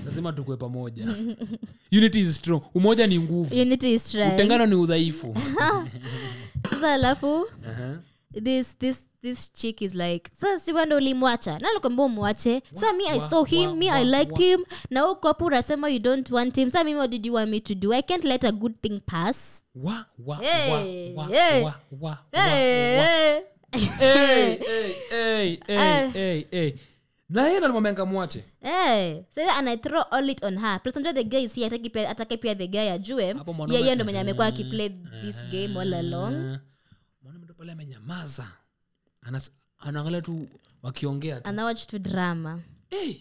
[SPEAKER 2] lazima tukue pamoja unity is strong umoja ni nguvu
[SPEAKER 1] unity is strength
[SPEAKER 2] utengano ni udhaifu Uh-huh.
[SPEAKER 1] sasa alafu
[SPEAKER 2] Aha.
[SPEAKER 1] this this this chick is like sasa si wando ulimwacha nalikwambia umwache sa mi i
[SPEAKER 2] wa-
[SPEAKER 1] saw him
[SPEAKER 2] wa-
[SPEAKER 1] me
[SPEAKER 2] wa-
[SPEAKER 1] i liked
[SPEAKER 2] wa-
[SPEAKER 1] him na ukopo unasema you don't want him sa mimi what did you want me to do i can't let a good thing pass
[SPEAKER 2] Wa, wa, wa,
[SPEAKER 1] Hey,
[SPEAKER 2] wa,
[SPEAKER 1] hey.
[SPEAKER 2] wa, wa,
[SPEAKER 1] hey,
[SPEAKER 2] wa, wa.
[SPEAKER 1] hey.
[SPEAKER 2] Hey, hey, hey, hey,
[SPEAKER 1] Eh.
[SPEAKER 2] hey, hey. na yeye ndo alimwambianga mwache
[SPEAKER 1] Eh, sasa ana throw all it on her plus unajua the guy is here ataki pia atake pia the guy ajue
[SPEAKER 2] Hapo mwanaume-
[SPEAKER 1] yeye ndo mwenye amekuwa akiplay this game all along
[SPEAKER 2] Eh, mwanaume ndo pale amenyamaza Anas- anaangalia tu wakiongea tu.
[SPEAKER 1] anawatch tu drama
[SPEAKER 2] Hey.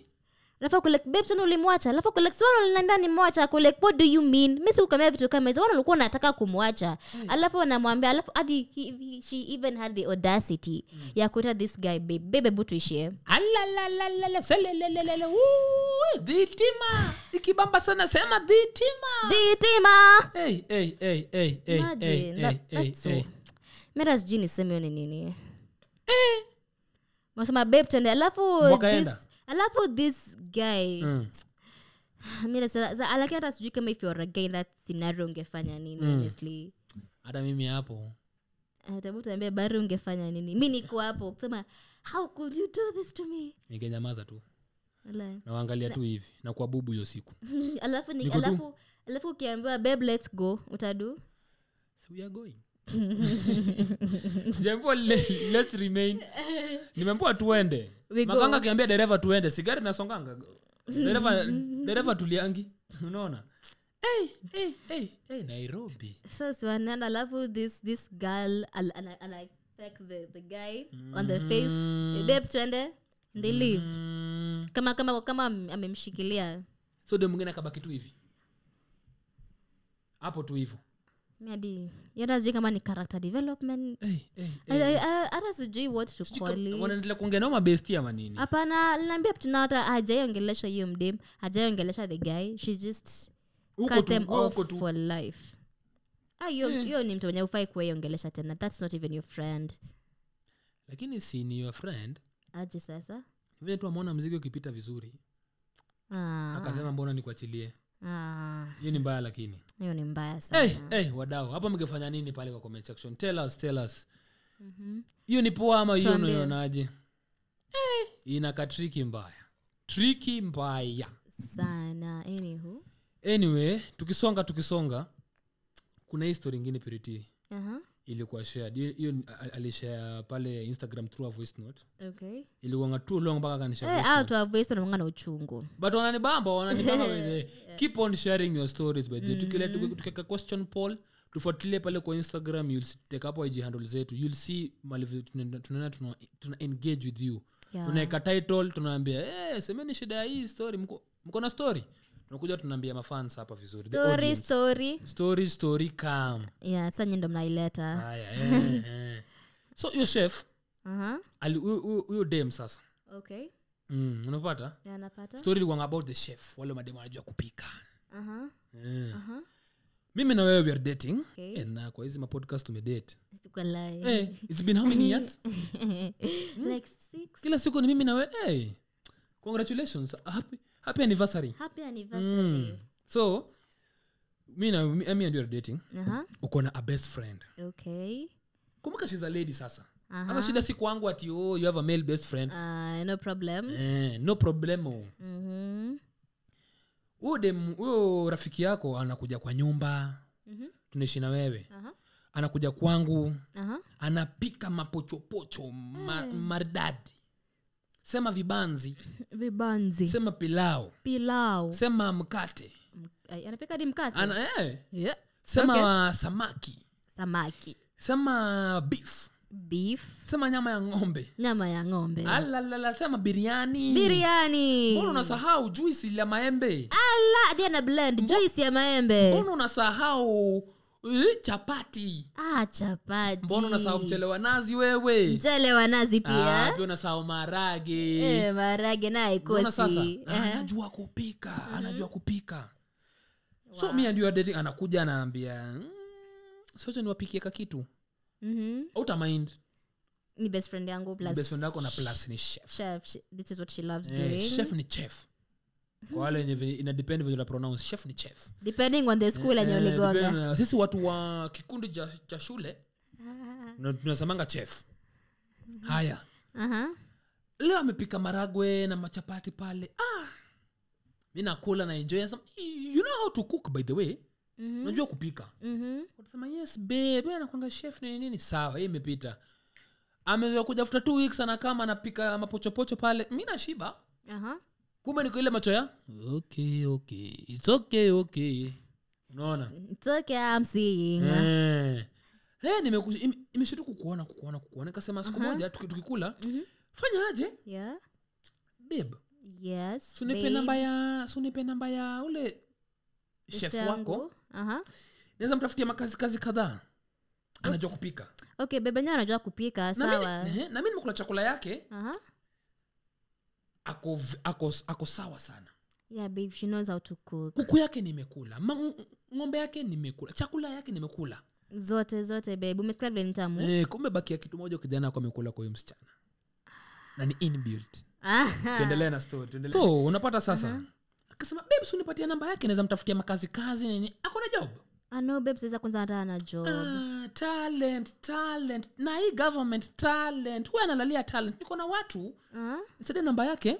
[SPEAKER 1] alafu kulek babe sana ulimwacha alafu kulek sana uliniambia nimwacha kulek what do you mean mimi siukamea vitu kama hizo wana ulikuwa unataka kumwacha alafu wanamwambia alafu hadi he- he- she even had the audacity ya kuita this guy babe babe hebu tuishie
[SPEAKER 2] Alalalala, selelelelele, uuwe, dhitima ikibamba sana sema dhitima
[SPEAKER 1] dhitima
[SPEAKER 2] hey, hey, hey, hey, hey, hey,
[SPEAKER 1] Imagine,
[SPEAKER 2] hey,
[SPEAKER 1] that-
[SPEAKER 2] hey,
[SPEAKER 1] that's
[SPEAKER 2] hey.
[SPEAKER 1] so- mira sijui niseme hiyo ni nini
[SPEAKER 2] Eh.
[SPEAKER 1] masema babe twende alafu
[SPEAKER 2] Wakaenda.
[SPEAKER 1] this- alafu this guy
[SPEAKER 2] Mm.
[SPEAKER 1] mira sa- sa- lakini hata sijui kama if you're a guy in that scenario ungefanya nini
[SPEAKER 2] Mm.
[SPEAKER 1] honestly
[SPEAKER 2] hata mimi hapo
[SPEAKER 1] Eh, tabu tuambie bari ungefanya nini mi niko hapo kusema how could you do this to me
[SPEAKER 2] ningenyamaza tu
[SPEAKER 1] Wala.
[SPEAKER 2] nawaangalia tu hivi na kwa bubu hiyo siku
[SPEAKER 1] alafu ni,
[SPEAKER 2] Niko tu.
[SPEAKER 1] alafu alafu ukiambiwa babe let's go utadu
[SPEAKER 2] so we are going Sijaambiwa le- let's remain nimeambiwa tuende
[SPEAKER 1] We go.
[SPEAKER 2] makanga akiambia dereva tuende sigari nasonganga dereva dereva tuliangi unaona hey, hey, hey, hey, nairobi
[SPEAKER 1] so siwananda alafu this this girl al, an, an, an, like the, the guy on the face eh, babe twende And they leave
[SPEAKER 2] mm.
[SPEAKER 1] kama kama kama am- amemshikilia
[SPEAKER 2] so de mwingine akabaki tu hivi hapo tu hivo
[SPEAKER 1] Mi hadi yada sijui kama ni character development
[SPEAKER 2] hey, hey,
[SPEAKER 1] I- I- I- hata sijui what to call it
[SPEAKER 2] wanaendelea kuongea nao mabesti ama nini
[SPEAKER 1] hapana linaambia tuna hata hajaiongelesha hiyo mdem hajaiongelesha the guy she just
[SPEAKER 2] huko
[SPEAKER 1] cut
[SPEAKER 2] tu
[SPEAKER 1] them off
[SPEAKER 2] huko tu Eh.
[SPEAKER 1] for life Ah, hiyo hiyo ni mtu wenye ufai kuwaiongelesha tena thats not even your friend
[SPEAKER 2] lakini si ni your friend
[SPEAKER 1] aje sasa
[SPEAKER 2] vile tu ameona mzigo ukipita vizuri
[SPEAKER 1] Ah,
[SPEAKER 2] akasema mbona nikuachilie
[SPEAKER 1] ah,
[SPEAKER 2] hiyo ni mbaya lakini
[SPEAKER 1] hiyo ni mbaya sana
[SPEAKER 2] hey, hey, wadau hapa mngefanya nini pale kwa comment section tell us tell us hiyo ni poa ama hiyo
[SPEAKER 1] Mhm. Tuambie.
[SPEAKER 2] unaionaje Eh, inaka triki mbaya triki mbaya
[SPEAKER 1] sana anywho
[SPEAKER 2] anyway tukisonga tukisonga kuna hii story ingine piriti
[SPEAKER 1] Aha,
[SPEAKER 2] ilikuwa shared Hiyo- hiyo ni- a- alishare pale instagram through a voice note
[SPEAKER 1] okay
[SPEAKER 2] ilikuanga too long mpaka kanisha
[SPEAKER 1] Eh, ah, tu avoice wanamwanga na uchungu
[SPEAKER 2] but wananibamba wananibamba by the way. keep on sharing your stories by the way.
[SPEAKER 1] Mm.
[SPEAKER 2] Tukile- tuki- tukiweka question poll tufuatilie pale kwa instagram you'll see- take hapo ig handle zetu you'll see mali vile tunaenda- tunaenda tuna, tuna engage with you
[SPEAKER 1] Yeah.
[SPEAKER 2] tunaweka title tunaambia hey, semeni shida ya hii story mko mko na story tunakuja tunaambia mafans hapa vizuri the
[SPEAKER 1] story
[SPEAKER 2] audience.
[SPEAKER 1] story
[SPEAKER 2] story story calm
[SPEAKER 1] yeah sasa nyi ndo mnaileta
[SPEAKER 2] haya eh, eh. so your chef
[SPEAKER 1] Aha,
[SPEAKER 2] ali- huyo- huyo huyo dem sasa
[SPEAKER 1] okay
[SPEAKER 2] mm, unapata
[SPEAKER 1] Yeah, napata
[SPEAKER 2] story ilikuwa about the chef wale madem wanajua kupika
[SPEAKER 1] Aha,
[SPEAKER 2] Eh.
[SPEAKER 1] aha.
[SPEAKER 2] mimi na wewe we are dating
[SPEAKER 1] Okay.
[SPEAKER 2] and uh, kwa hizi mapodcast tumedate
[SPEAKER 1] Sikuwa lai.
[SPEAKER 2] hey, Eh, it's been how many years
[SPEAKER 1] like six
[SPEAKER 2] Hmm? kila siku ni mimi na wewe hey. congratulations happy, happy anniversary Mm.
[SPEAKER 1] happy anniversary
[SPEAKER 2] so mi na mi mi and you are dating
[SPEAKER 1] Aha,
[SPEAKER 2] uko na a best friend
[SPEAKER 1] okay
[SPEAKER 2] kumbuka she's a lady sasa
[SPEAKER 1] Aha.
[SPEAKER 2] hasa shida si kwangu ati oh, you have a male best friend
[SPEAKER 1] Ah, no problem
[SPEAKER 2] eh, no problemo
[SPEAKER 1] Mhm.
[SPEAKER 2] huyo dem- huyo rafiki yako anakuja kwa nyumba tunaishi na wewe
[SPEAKER 1] Mm-hmm. Aha.
[SPEAKER 2] anakuja kwangu
[SPEAKER 1] Aha.
[SPEAKER 2] anapika mapochopocho ma,
[SPEAKER 1] Hmm.
[SPEAKER 2] maridadi sema vibanzi
[SPEAKER 1] vibanzi
[SPEAKER 2] sema pilau
[SPEAKER 1] pilau
[SPEAKER 2] sema mkate
[SPEAKER 1] Ay, anapika hadi mkate
[SPEAKER 2] Ana, eh,
[SPEAKER 1] yeah.
[SPEAKER 2] sema
[SPEAKER 1] Okay.
[SPEAKER 2] samaki
[SPEAKER 1] samaki
[SPEAKER 2] sema beef
[SPEAKER 1] beef
[SPEAKER 2] sema nyama ya ng'ombe
[SPEAKER 1] nyama ya ng'ombe
[SPEAKER 2] alalala sema biriani
[SPEAKER 1] biriani
[SPEAKER 2] mbona unasahau juisi la maembe
[SPEAKER 1] ala hadi ana blend juice ya maembe
[SPEAKER 2] mbona unasahau eh, chapati
[SPEAKER 1] ah chapati
[SPEAKER 2] mbona unasahau mchele wa nazi wewe
[SPEAKER 1] mchele wa nazi
[SPEAKER 2] Ah,
[SPEAKER 1] pia
[SPEAKER 2] pia unasahau marage
[SPEAKER 1] eh, marage na
[SPEAKER 2] Unaona sasa Ah,
[SPEAKER 1] ikosi
[SPEAKER 2] anajua kupika
[SPEAKER 1] Mm-hmm.
[SPEAKER 2] anajua kupika so mi ndio adedi anakuja anaambia "Mm, sote niwapikie ka kitu
[SPEAKER 1] mm-hmm.
[SPEAKER 2] outamind
[SPEAKER 1] ni best friend yangu plus
[SPEAKER 2] besfriend yako na plus ni chef
[SPEAKER 1] chef She- this is what she loves
[SPEAKER 2] eh,
[SPEAKER 1] doing
[SPEAKER 2] chef ni chef kwa wale wenye vi- ina depend venye una pronounce chef ni chef
[SPEAKER 1] depending on the school enye
[SPEAKER 2] Eh, depend
[SPEAKER 1] uligonga
[SPEAKER 2] na- sisi watu wa kikundi cha, cha shule na tunasemanga chef haya
[SPEAKER 1] Aha.
[SPEAKER 2] leo amepika maragwe na machapati pale ah, mi nakula na enjoy Nasema, you know how to cook by the way
[SPEAKER 1] Mhm.
[SPEAKER 2] unajua kupika
[SPEAKER 1] Mhm.
[SPEAKER 2] utasema yes babe wewe anakwanga chef nini nini sawa hii imepita ameweza kuja after two weeks anakama anapika mapochopocho pale mi nashiba
[SPEAKER 1] Aha.
[SPEAKER 2] kumbe niko ile macho ya okay okay it's okay okay unaona
[SPEAKER 1] It's okay, I'm seeing.
[SPEAKER 2] Eh. Eh, nimeku- im- imeshindwa kukuona kukuona kukuona nikasema siku moja tuki- tukikula fanya aje
[SPEAKER 1] Mhm. Yeah.
[SPEAKER 2] babe
[SPEAKER 1] Yes,
[SPEAKER 2] sunipe
[SPEAKER 1] babe.
[SPEAKER 2] namba ya sunipe namba ya ule chef
[SPEAKER 1] Sister yangu.
[SPEAKER 2] wako
[SPEAKER 1] Aha.
[SPEAKER 2] naweza mtafutia makazi kazi kadhaa anajua kupika
[SPEAKER 1] okay bebe nyewe anajua kupika
[SPEAKER 2] na mimi- Eh.
[SPEAKER 1] sawa
[SPEAKER 2] ehe, na mi nimekula chakula yake
[SPEAKER 1] Aha.
[SPEAKER 2] ako, v- ako, ako sawa sana
[SPEAKER 1] yeah babe she knows how to cook
[SPEAKER 2] kuku yake nimekula ma, ng- ng'ombe yake nimekula chakula yake nimekula
[SPEAKER 1] zote zote babe umesikia vile ni tamu
[SPEAKER 2] eh, kumbe baki ya kitu moja kijana ako amekula kwa huyo msichana na ni inbuilt
[SPEAKER 1] Aha.
[SPEAKER 2] tuendelee na story tuendelee so unapata sasa akasema babe si unipatie namba yake naweza mtafutia makazi kazi nini akona job
[SPEAKER 1] I know babe sasa kwanza hata ana job
[SPEAKER 2] Ah, talent talent na hii government talent huwa analalia talent niko na watu
[SPEAKER 1] Ah?
[SPEAKER 2] nisaidie namba yake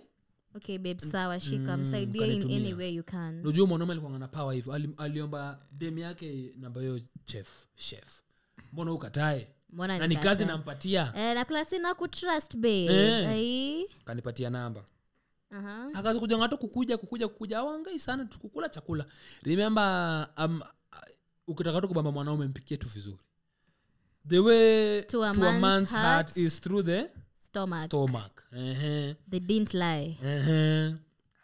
[SPEAKER 1] okay babe
[SPEAKER 2] Mm,
[SPEAKER 1] sawa shika msaidie in any way you can
[SPEAKER 2] unajua mwanaume alikuwa na pawa hivyo Ali- aliomba dem yake namba hiyo chef chef mbona ukatae
[SPEAKER 1] mbona
[SPEAKER 2] na ni kazi
[SPEAKER 1] nikata?
[SPEAKER 2] nampatia
[SPEAKER 1] Eh, na plus sina kutrust babe
[SPEAKER 2] Eh.
[SPEAKER 1] Ai.
[SPEAKER 2] kanipatia namba
[SPEAKER 1] Aha.
[SPEAKER 2] akaza kuja ngato kukuja kukuja kukuja awangai sana tukukula chakula remember um, ukitaka tu kubamba mwanaume mpikie tu vizuri the way
[SPEAKER 1] To a
[SPEAKER 2] to
[SPEAKER 1] man's heart
[SPEAKER 2] is through the
[SPEAKER 1] stomach
[SPEAKER 2] stomach Ehe,
[SPEAKER 1] they didn't lie
[SPEAKER 2] ehe.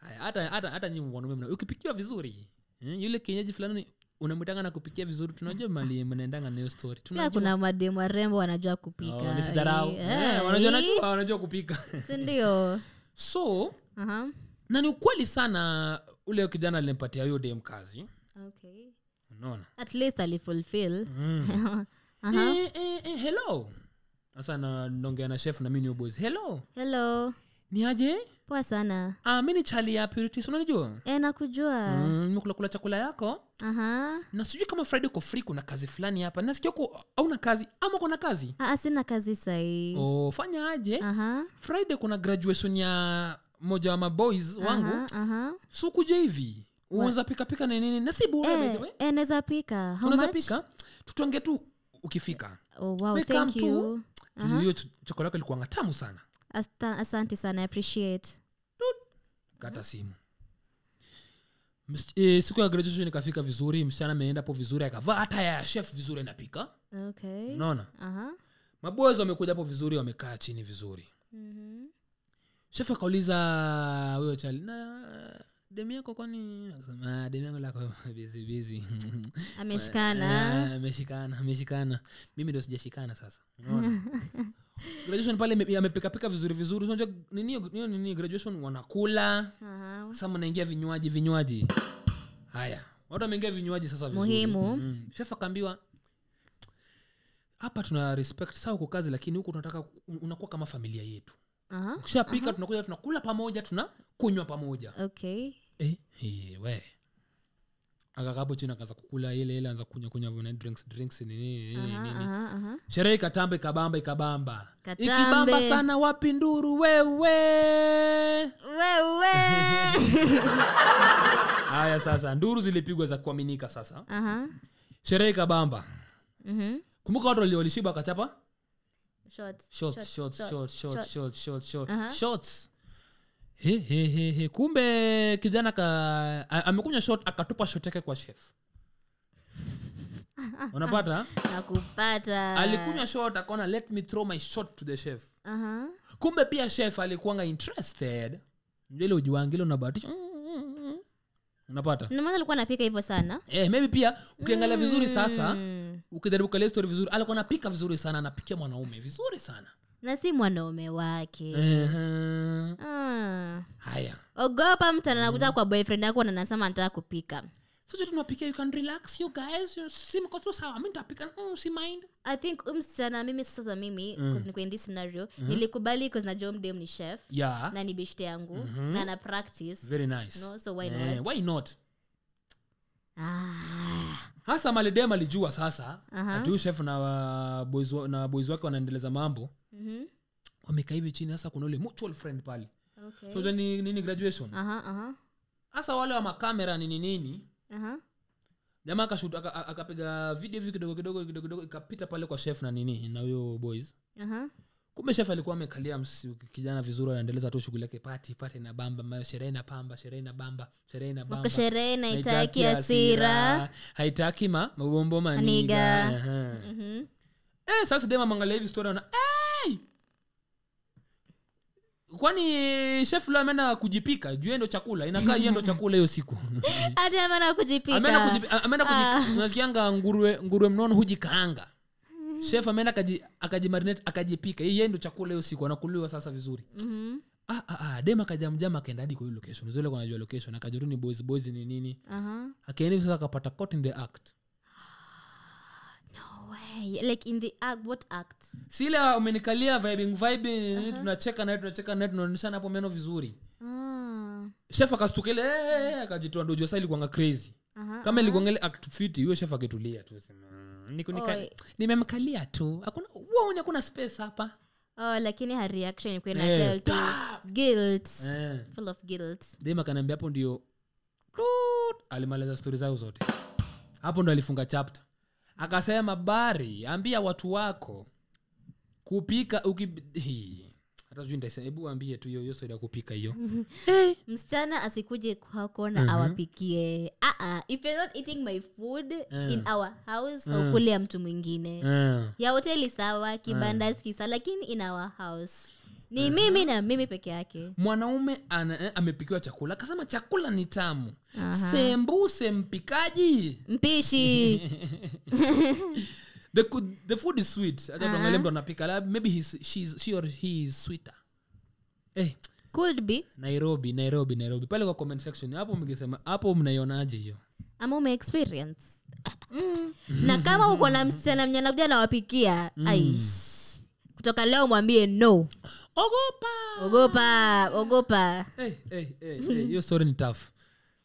[SPEAKER 2] Haya, hata hata hata nyi wanaume mna- ukipikiwa vizuri eh, yule kienyeji fulani unamwitanga na kupikia vizuri tunajua mali mnaendanga nayo story
[SPEAKER 1] pia
[SPEAKER 2] tunajua
[SPEAKER 1] kuna mademu warembo wanajua kupika
[SPEAKER 2] Oh, nisidharau.
[SPEAKER 1] Ai.
[SPEAKER 2] Eh, wanajua- wanajua- wanajua kupika
[SPEAKER 1] Si ndio
[SPEAKER 2] so
[SPEAKER 1] Aha.
[SPEAKER 2] na ni ukweli sana ule kijana alimpatia huyo dem kazi
[SPEAKER 1] okay
[SPEAKER 2] unaona
[SPEAKER 1] at least alifulfil
[SPEAKER 2] uh-huh. eh, eh, eh, hello sasa na- naongea na chef na mi new boys hello
[SPEAKER 1] hello
[SPEAKER 2] ni aje
[SPEAKER 1] poa sana
[SPEAKER 2] ah, mi ni chali ya puritis unanijua
[SPEAKER 1] e nakujua
[SPEAKER 2] Mm, nimekulakula chakula yako
[SPEAKER 1] aha
[SPEAKER 2] na sijui kama friday uko free kuna kazi fulani hapa nasikia uko auna kazi ama uko na kazi
[SPEAKER 1] Ah, ah, sina kazi sahii
[SPEAKER 2] oh, fanya aje
[SPEAKER 1] aha
[SPEAKER 2] friday kuna graduation ya moja wa maboys wangu
[SPEAKER 1] aha, aha.
[SPEAKER 2] so kuja hivi uweza pikapika na nini na si bure by the way.
[SPEAKER 1] Eh, eh, naweza pika How
[SPEAKER 2] unaweza
[SPEAKER 1] much?
[SPEAKER 2] pika tutonge tu ukifika
[SPEAKER 1] oh, wow,
[SPEAKER 2] We come
[SPEAKER 1] thank
[SPEAKER 2] tu.
[SPEAKER 1] you
[SPEAKER 2] hiyo ch- chakula yako ilikuwa ngatamu sana
[SPEAKER 1] Asta, asante sana I appreciate Mm.
[SPEAKER 2] kata simu Msi- eh, siku ya graduation ikafika vizuri msichana ameenda po vizuri akavaa hata ya chef vizuri anapika
[SPEAKER 1] okay Uh-huh.
[SPEAKER 2] unaona
[SPEAKER 1] aha
[SPEAKER 2] maboezi wamekuja po vizuri wamekaa chini vizuri
[SPEAKER 1] Mhm.
[SPEAKER 2] chef akauliza huyo chali na demu yako kwani akasema "Ah, demu yangu lako busy busy Eh,
[SPEAKER 1] ameshikana
[SPEAKER 2] Ah, ameshikana ameshikana mimi ndo sijashikana sasa Unaona? graduation pale ime- amepikapika vizuri vizuri unajua nini hiyo- hiyo nini graduation wanakula
[SPEAKER 1] Aha.
[SPEAKER 2] sasa mnaingia vinywaji vinywaji haya watu wameingia vinywaji sasa vizuri.
[SPEAKER 1] Muhimu.
[SPEAKER 2] mm. chef akaambiwa hapa tuna respect sawa kwa kazi lakini huku tunataka ku- unakuwa kama familia yetu
[SPEAKER 1] aha
[SPEAKER 2] ukishapika tunakuja tunakula pamoja tunakunywa pamoja
[SPEAKER 1] okay
[SPEAKER 2] Eh, eh, we akakapo chini akaanza kukula ile ile anza kunywa kunywa vina drinks drinks nini nini
[SPEAKER 1] aha,
[SPEAKER 2] nini
[SPEAKER 1] aha, aha.
[SPEAKER 2] sherehe ikatamba ikabamba ikabamba
[SPEAKER 1] Katambe.
[SPEAKER 2] ikibamba sana wapi nduru wewe
[SPEAKER 1] wewe
[SPEAKER 2] haya sasa nduru zilipigwa za kuaminika sasa
[SPEAKER 1] aha
[SPEAKER 2] sherehe ikabamba
[SPEAKER 1] Mhm.
[SPEAKER 2] kumbuka watu wali- walishiba wakachapa
[SPEAKER 1] Shorts,
[SPEAKER 2] shots
[SPEAKER 1] shorts,
[SPEAKER 2] shots
[SPEAKER 1] shorts,
[SPEAKER 2] shots
[SPEAKER 1] shorts.
[SPEAKER 2] shots
[SPEAKER 1] Uh-huh.
[SPEAKER 2] shots shots shots
[SPEAKER 1] Aha.
[SPEAKER 2] shots he he he he kumbe kijana ka a- amekunywa shot akatupa shot yake kwa chef unapata
[SPEAKER 1] Eh. nakupata
[SPEAKER 2] alikunywa shot akaona let me throw my shot to the chef
[SPEAKER 1] Aha.
[SPEAKER 2] kumbe pia chef alikuanga interested ile ujiwangile unabatisha unapata
[SPEAKER 1] Ndio maana alikuwa anapika hivyo sana
[SPEAKER 2] eh, maybe pia ukiangalia vizuri sasa
[SPEAKER 1] Mm.
[SPEAKER 2] ukijaribu kuangalia story vizuri alikuwa anapika vizuri sana anapikia mwanaume vizuri sana
[SPEAKER 1] na si mwanaume
[SPEAKER 2] Eh.
[SPEAKER 1] wake
[SPEAKER 2] Ehe.
[SPEAKER 1] Ah.
[SPEAKER 2] haya
[SPEAKER 1] ogopa mtu anakuja
[SPEAKER 2] Mm.
[SPEAKER 1] kwa boyfriend yako na anasema anataka kupika
[SPEAKER 2] sote tunapikia you can relax you guys you see mko tu sawa mimi nitapika mm, si mind
[SPEAKER 1] i think huyu msichana mimi sasa mimi mm. niko in this scenario nilikubali cause najua mdem ni chef
[SPEAKER 2] Mm-hmm. yeah Mm-hmm.
[SPEAKER 1] na ni bishte yangu na ana practice
[SPEAKER 2] very nice
[SPEAKER 1] no so why
[SPEAKER 2] Eh,
[SPEAKER 1] not
[SPEAKER 2] why not
[SPEAKER 1] ah. uh-huh.
[SPEAKER 2] hasa malidem alijua sasa
[SPEAKER 1] Aha.
[SPEAKER 2] ati huyu chef na wa- boys wa- na boys wake wanaendeleza mambo
[SPEAKER 1] mhm.
[SPEAKER 2] wamekaa hivi chini sasa kuna ule mutual friend pale
[SPEAKER 1] okay Uh-huh,
[SPEAKER 2] so unajua ni nini graduation
[SPEAKER 1] aha aha
[SPEAKER 2] hasa wale wa makamera nini nini
[SPEAKER 1] aha
[SPEAKER 2] jamaa akashoot- aka- aka- akapiga video hivi kidogo kidogo kidogo kidogo ikapita pale kwa chef na nini na huyo boys
[SPEAKER 1] aha
[SPEAKER 2] kumbe chef alikuwa amekalia msi- kijana vizuri anaendeleza tu shughuli yake pati pati na bamba mayo sherehe na pamba sherehe na bamba sherehe na bamba
[SPEAKER 1] makasherehe
[SPEAKER 2] haitaki
[SPEAKER 1] naitaki asira
[SPEAKER 2] haitaki ma mabombo maniga
[SPEAKER 1] Maniga.
[SPEAKER 2] Aha.
[SPEAKER 1] Mhm.
[SPEAKER 2] eh, sasa dem amangalia hivi story ana hey! kwani chef leo ameenda kujipika juu yeye ndo chakula inakaa yeye ndo chakula hiyo siku
[SPEAKER 1] hadi amena
[SPEAKER 2] ameenda
[SPEAKER 1] kujipika
[SPEAKER 2] kujipi- a- ameenda kuji- unasikianga nguruwe nguruwe mnono hujikaanga chef ameenda akaji- akajimarinate akajipika yeye ndo chakula hiyo siku anakuliwa sasa vizuri
[SPEAKER 1] Mhm.
[SPEAKER 2] ah, ah, ah, dem akajamjama akaenda hadi kwa hiyo location zile kwa anajua location akajuru ni boys boys ni nini
[SPEAKER 1] Aha.
[SPEAKER 2] akaenda hivi sasa akapata caught in the act
[SPEAKER 1] No way. like in the act what act
[SPEAKER 2] si ile umenikalia vibing vibe uh-huh. tunacheka naye tunacheka naye tunaonyeshana hapo meno vizuri
[SPEAKER 1] ah.
[SPEAKER 2] chef akastuka ile "Eh," akajitoa ndio juasa ilikuanga crazy
[SPEAKER 1] Aha.
[SPEAKER 2] kama ilikuanga ile act fiti huyo chef aketulia tu sema "Mm, nikunika-
[SPEAKER 1] Oi.
[SPEAKER 2] nimemkalia tu hakuna wow, hakuna space hapa
[SPEAKER 1] oh, lakini her reaction ilikuwa ina
[SPEAKER 2] Eh,
[SPEAKER 1] tell tu guilt
[SPEAKER 2] Eh.
[SPEAKER 1] full of guilt
[SPEAKER 2] dem akaniambia hapo ndio Toot, alimaliza stori zao zote hapo ndo alifunga chapter akasema bari ambia watu wako kupika uki Hii. hata sijui nitaisema hebu ambie tu hiyo hiyo stori ya kupika hiyo
[SPEAKER 1] msichana asikuje kwako na awapikie Aa, if you're not eating my food in our house haukule ya mtu mwingine
[SPEAKER 2] Eh.
[SPEAKER 1] ya hoteli sawa kibanda kisa lakini in our house ni mimi na mimi peke yake
[SPEAKER 2] mwanaume ana, eh, amepikiwa chakula akasema chakula ni tamu sembuse mpikaji
[SPEAKER 1] mpishi
[SPEAKER 2] the, coo- the food is sweet acha tuangalie mtu anapika Lab- maybe he's, she's, she or he is sweeter eh,
[SPEAKER 1] could be
[SPEAKER 2] nairobi nairobi nairobi pale kwa comment section hapo mngesema hapo mnaionaje hiyo
[SPEAKER 1] ama umeexperience na kama uko na msichana mwenye anakuja nawapikia aish kutoka leo mwambie no
[SPEAKER 2] ogopa
[SPEAKER 1] ogopa Mm-hmm. ogopa
[SPEAKER 2] Eh, eh, eh, eh, hiyo story ni tough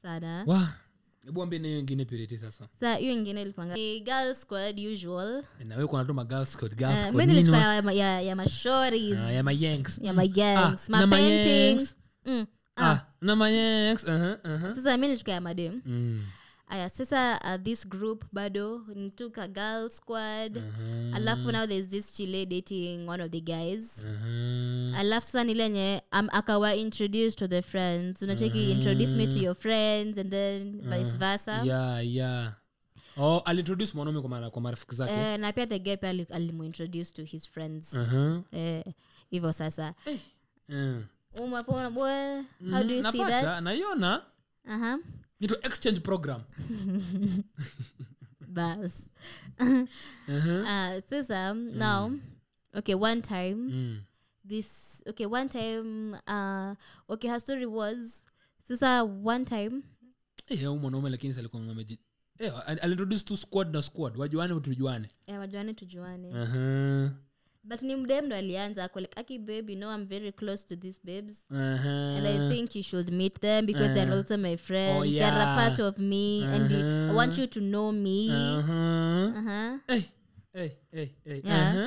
[SPEAKER 1] sana
[SPEAKER 2] wa hebu ambie na hiyo ingine piriti sasa Eh,
[SPEAKER 1] sa hiyo ingine ilipanga ni girl squad usual
[SPEAKER 2] nawekwa natuma girls code girls
[SPEAKER 1] Uh,
[SPEAKER 2] code
[SPEAKER 1] mi
[SPEAKER 2] nini
[SPEAKER 1] nilichukua
[SPEAKER 2] wa-
[SPEAKER 1] ya, ma- ya, ya mashoris
[SPEAKER 2] Ah, ya mayanks
[SPEAKER 1] ya magangs
[SPEAKER 2] Ah, na
[SPEAKER 1] mapaintings
[SPEAKER 2] mayanks.
[SPEAKER 1] Mm.
[SPEAKER 2] ah, na mayanks aha, aha.
[SPEAKER 1] sasa mi nilichukua ya madem
[SPEAKER 2] uh-huh. Mm.
[SPEAKER 1] aya sasa uh, this group bado nituka girl squad
[SPEAKER 2] Uh-huh.
[SPEAKER 1] alafu now there's this chile dating one of the guys
[SPEAKER 2] Aha.
[SPEAKER 1] alafu sasa nilenye um, akawa introduce to the friends unacheki introduce me to your friends and then vice versa
[SPEAKER 2] Uh-huh. yeah, yeah. oh, alintroduce mwanaume kwa mara- kwa marafiki zake
[SPEAKER 1] Eh, na pia the guy pia ali- alimuintroduce to his friends
[SPEAKER 2] Aha.
[SPEAKER 1] Eh, hivyo sasa
[SPEAKER 2] Mm.
[SPEAKER 1] umapona boy how do you see
[SPEAKER 2] Napata,
[SPEAKER 1] that Uh-huh.
[SPEAKER 2] naiona
[SPEAKER 1] aha
[SPEAKER 2] nitu exchange program
[SPEAKER 1] bas
[SPEAKER 2] Uh-huh.
[SPEAKER 1] Ah, sasa now okay one time
[SPEAKER 2] mm.
[SPEAKER 1] this okay one time uh okay her story was sasa one time
[SPEAKER 2] Eh, huyu mwanaume lakini si alikuwa ameji eh, al- alintroduce tu squad na squad wajuane tujuane
[SPEAKER 1] eh, wajuane tujuane
[SPEAKER 2] Aha.
[SPEAKER 1] but ni mdem ndo alianza ako like aki babe you know i'm very close to these babes
[SPEAKER 2] Aha.
[SPEAKER 1] and i think you should meet them because they're also my friends they're a
[SPEAKER 2] Eh. Oh, yeah.
[SPEAKER 1] part of me and i
[SPEAKER 2] Uh-huh.
[SPEAKER 1] want you to know me
[SPEAKER 2] Aha.
[SPEAKER 1] uh-huh.
[SPEAKER 2] Eh, eh, eh, eh.
[SPEAKER 1] Yeah.
[SPEAKER 2] Aha.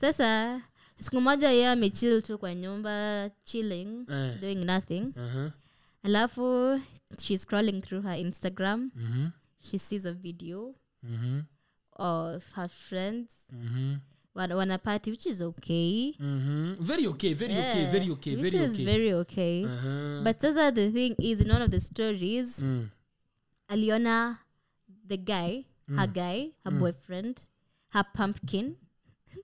[SPEAKER 1] sasa siku moja ye amechill tu kwa nyumba chilling
[SPEAKER 2] Eh.
[SPEAKER 1] doing nothing
[SPEAKER 2] Aha.
[SPEAKER 1] alafu she's scrolling through her instagram
[SPEAKER 2] Mhm.
[SPEAKER 1] she sees a video
[SPEAKER 2] Mhm.
[SPEAKER 1] of her friends
[SPEAKER 2] Mhm.
[SPEAKER 1] wana, wana party which is okay
[SPEAKER 2] Mhm. very okay very okay
[SPEAKER 1] Yeah,
[SPEAKER 2] very okay
[SPEAKER 1] which
[SPEAKER 2] very
[SPEAKER 1] is
[SPEAKER 2] okay
[SPEAKER 1] very okay
[SPEAKER 2] Uh-huh.
[SPEAKER 1] but sasa the thing is in one of the stories
[SPEAKER 2] Mm.
[SPEAKER 1] aliona the guy
[SPEAKER 2] Mm.
[SPEAKER 1] her guy her boyfriend her pumpkin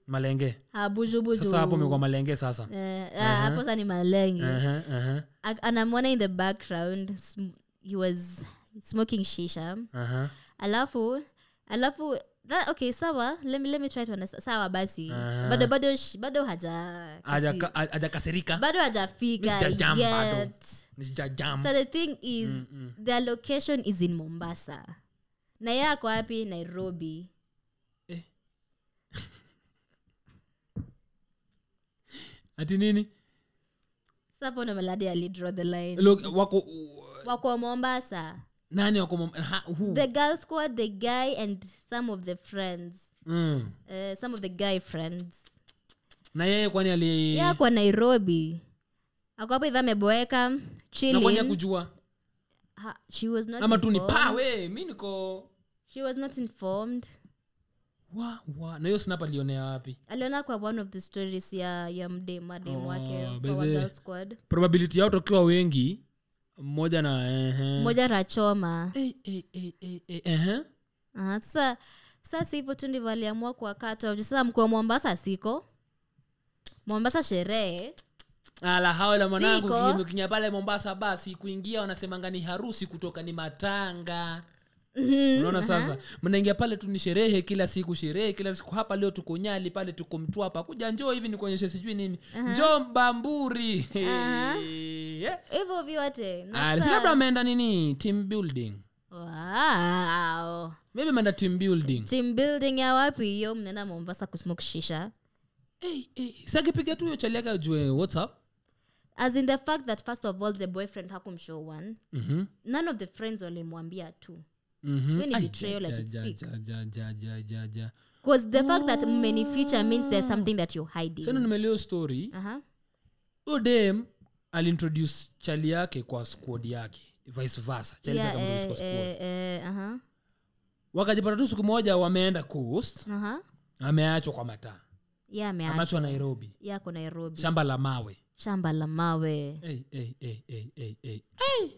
[SPEAKER 2] malenge
[SPEAKER 1] her bujubuju
[SPEAKER 2] sasa hapo Uh-huh. imekuwa malenge sasa
[SPEAKER 1] Eh, ah, hapo sasa ni malenge
[SPEAKER 2] Aha, aha,
[SPEAKER 1] Ak- anamwona in the background sm- he was smoking shisha
[SPEAKER 2] aha,
[SPEAKER 1] alafu alafu that, okay sawa let me, let me try to understand sawa basi
[SPEAKER 2] Ah.
[SPEAKER 1] bado bado sh- bado haja kasi-
[SPEAKER 2] Haja- hajakasirika
[SPEAKER 1] bado hajafika
[SPEAKER 2] Sijajam bado.
[SPEAKER 1] yet
[SPEAKER 2] sijajam
[SPEAKER 1] so the thing is
[SPEAKER 2] Mm,
[SPEAKER 1] their location is in mombasa na ye ako wapi nairobi
[SPEAKER 2] ati nini
[SPEAKER 1] sapo ndo meladi alidraw the line
[SPEAKER 2] Look, wako u-
[SPEAKER 1] wako mombasa
[SPEAKER 2] nani wako mom- ha- who?
[SPEAKER 1] the girl squad the guy and some of the friends
[SPEAKER 2] Mm.
[SPEAKER 1] uh, some of the guy friends
[SPEAKER 2] na yeye kwani ali
[SPEAKER 1] ye akwa nairobi ako hapo hivi ameboeka
[SPEAKER 2] na kwani
[SPEAKER 1] chilling
[SPEAKER 2] akujua
[SPEAKER 1] Ha- she was not
[SPEAKER 2] ama tu ni
[SPEAKER 1] informed.
[SPEAKER 2] pawe mi niko
[SPEAKER 1] she was not informed
[SPEAKER 2] wa, wa. na hiyo snap alionea wapi
[SPEAKER 1] aliona kwa one of the stories ya ya mdem madem
[SPEAKER 2] Oh,
[SPEAKER 1] wake kwa wa
[SPEAKER 2] bethe.
[SPEAKER 1] girl squad
[SPEAKER 2] probability yao tokiwa wengi mmoja na ehe.
[SPEAKER 1] mmoja rachoma
[SPEAKER 2] Eh, eh, eh, eh, eh, ehe.
[SPEAKER 1] Ah, sasa sasa hivyo tu ndivyo aliamua kuwakata off. sasa mkuu wa mombasa siko mombasa sherehe
[SPEAKER 2] ala hao la mwanangu
[SPEAKER 1] Siko.
[SPEAKER 2] kinyume- kinya pale mombasa basi kuingia wanasemanga ni harusi kutoka ni matanga
[SPEAKER 1] Mhm,
[SPEAKER 2] unaona sasa mnaingia pale tu ni sherehe kila siku sherehe kila siku hapa leo tuko nyali pale tuko mtwapa kuja njoo hivi nikuonyeshe sijui nini njoo mbamburi Eh.
[SPEAKER 1] hivyo vyote na
[SPEAKER 2] Ah, si
[SPEAKER 1] sasa-
[SPEAKER 2] labda ameenda nini team building
[SPEAKER 1] wow.
[SPEAKER 2] maybe ameenda team building
[SPEAKER 1] team building ya wapi hiyo mnaenda mombasa kusmoke shisha
[SPEAKER 2] hey, hey. sakipiga tu hiyo chali yake ajue whatsapp
[SPEAKER 1] as in the fact that first of all the boyfriend hakumshow one
[SPEAKER 2] mm-hmm.
[SPEAKER 1] none of the friends walimwambia tu
[SPEAKER 2] mhm.
[SPEAKER 1] Hiyo ni betrayal at its peak.
[SPEAKER 2] mm-hmm.
[SPEAKER 1] bcause the fact that
[SPEAKER 2] Oh.
[SPEAKER 1] mmenificha means there's something that you're hiding
[SPEAKER 2] sana nimeleo story
[SPEAKER 1] Aha.
[SPEAKER 2] huyo dem alintroduce chali yake kwa squad yake vice versa chali
[SPEAKER 1] Yeah,
[SPEAKER 2] yake akamtroduce kwa
[SPEAKER 1] eh,
[SPEAKER 2] squad.
[SPEAKER 1] eh, eh, aha,
[SPEAKER 2] wakajipata tu siku moja wameenda coast
[SPEAKER 1] aha.
[SPEAKER 2] ameachwa kwa mataa
[SPEAKER 1] uh-huh. Yeah, ameacha.
[SPEAKER 2] ameachwa nairobi
[SPEAKER 1] yako nairobi
[SPEAKER 2] shamba la mawe
[SPEAKER 1] shamba la mawe
[SPEAKER 2] hey, hey, hey, hey, hey, hey.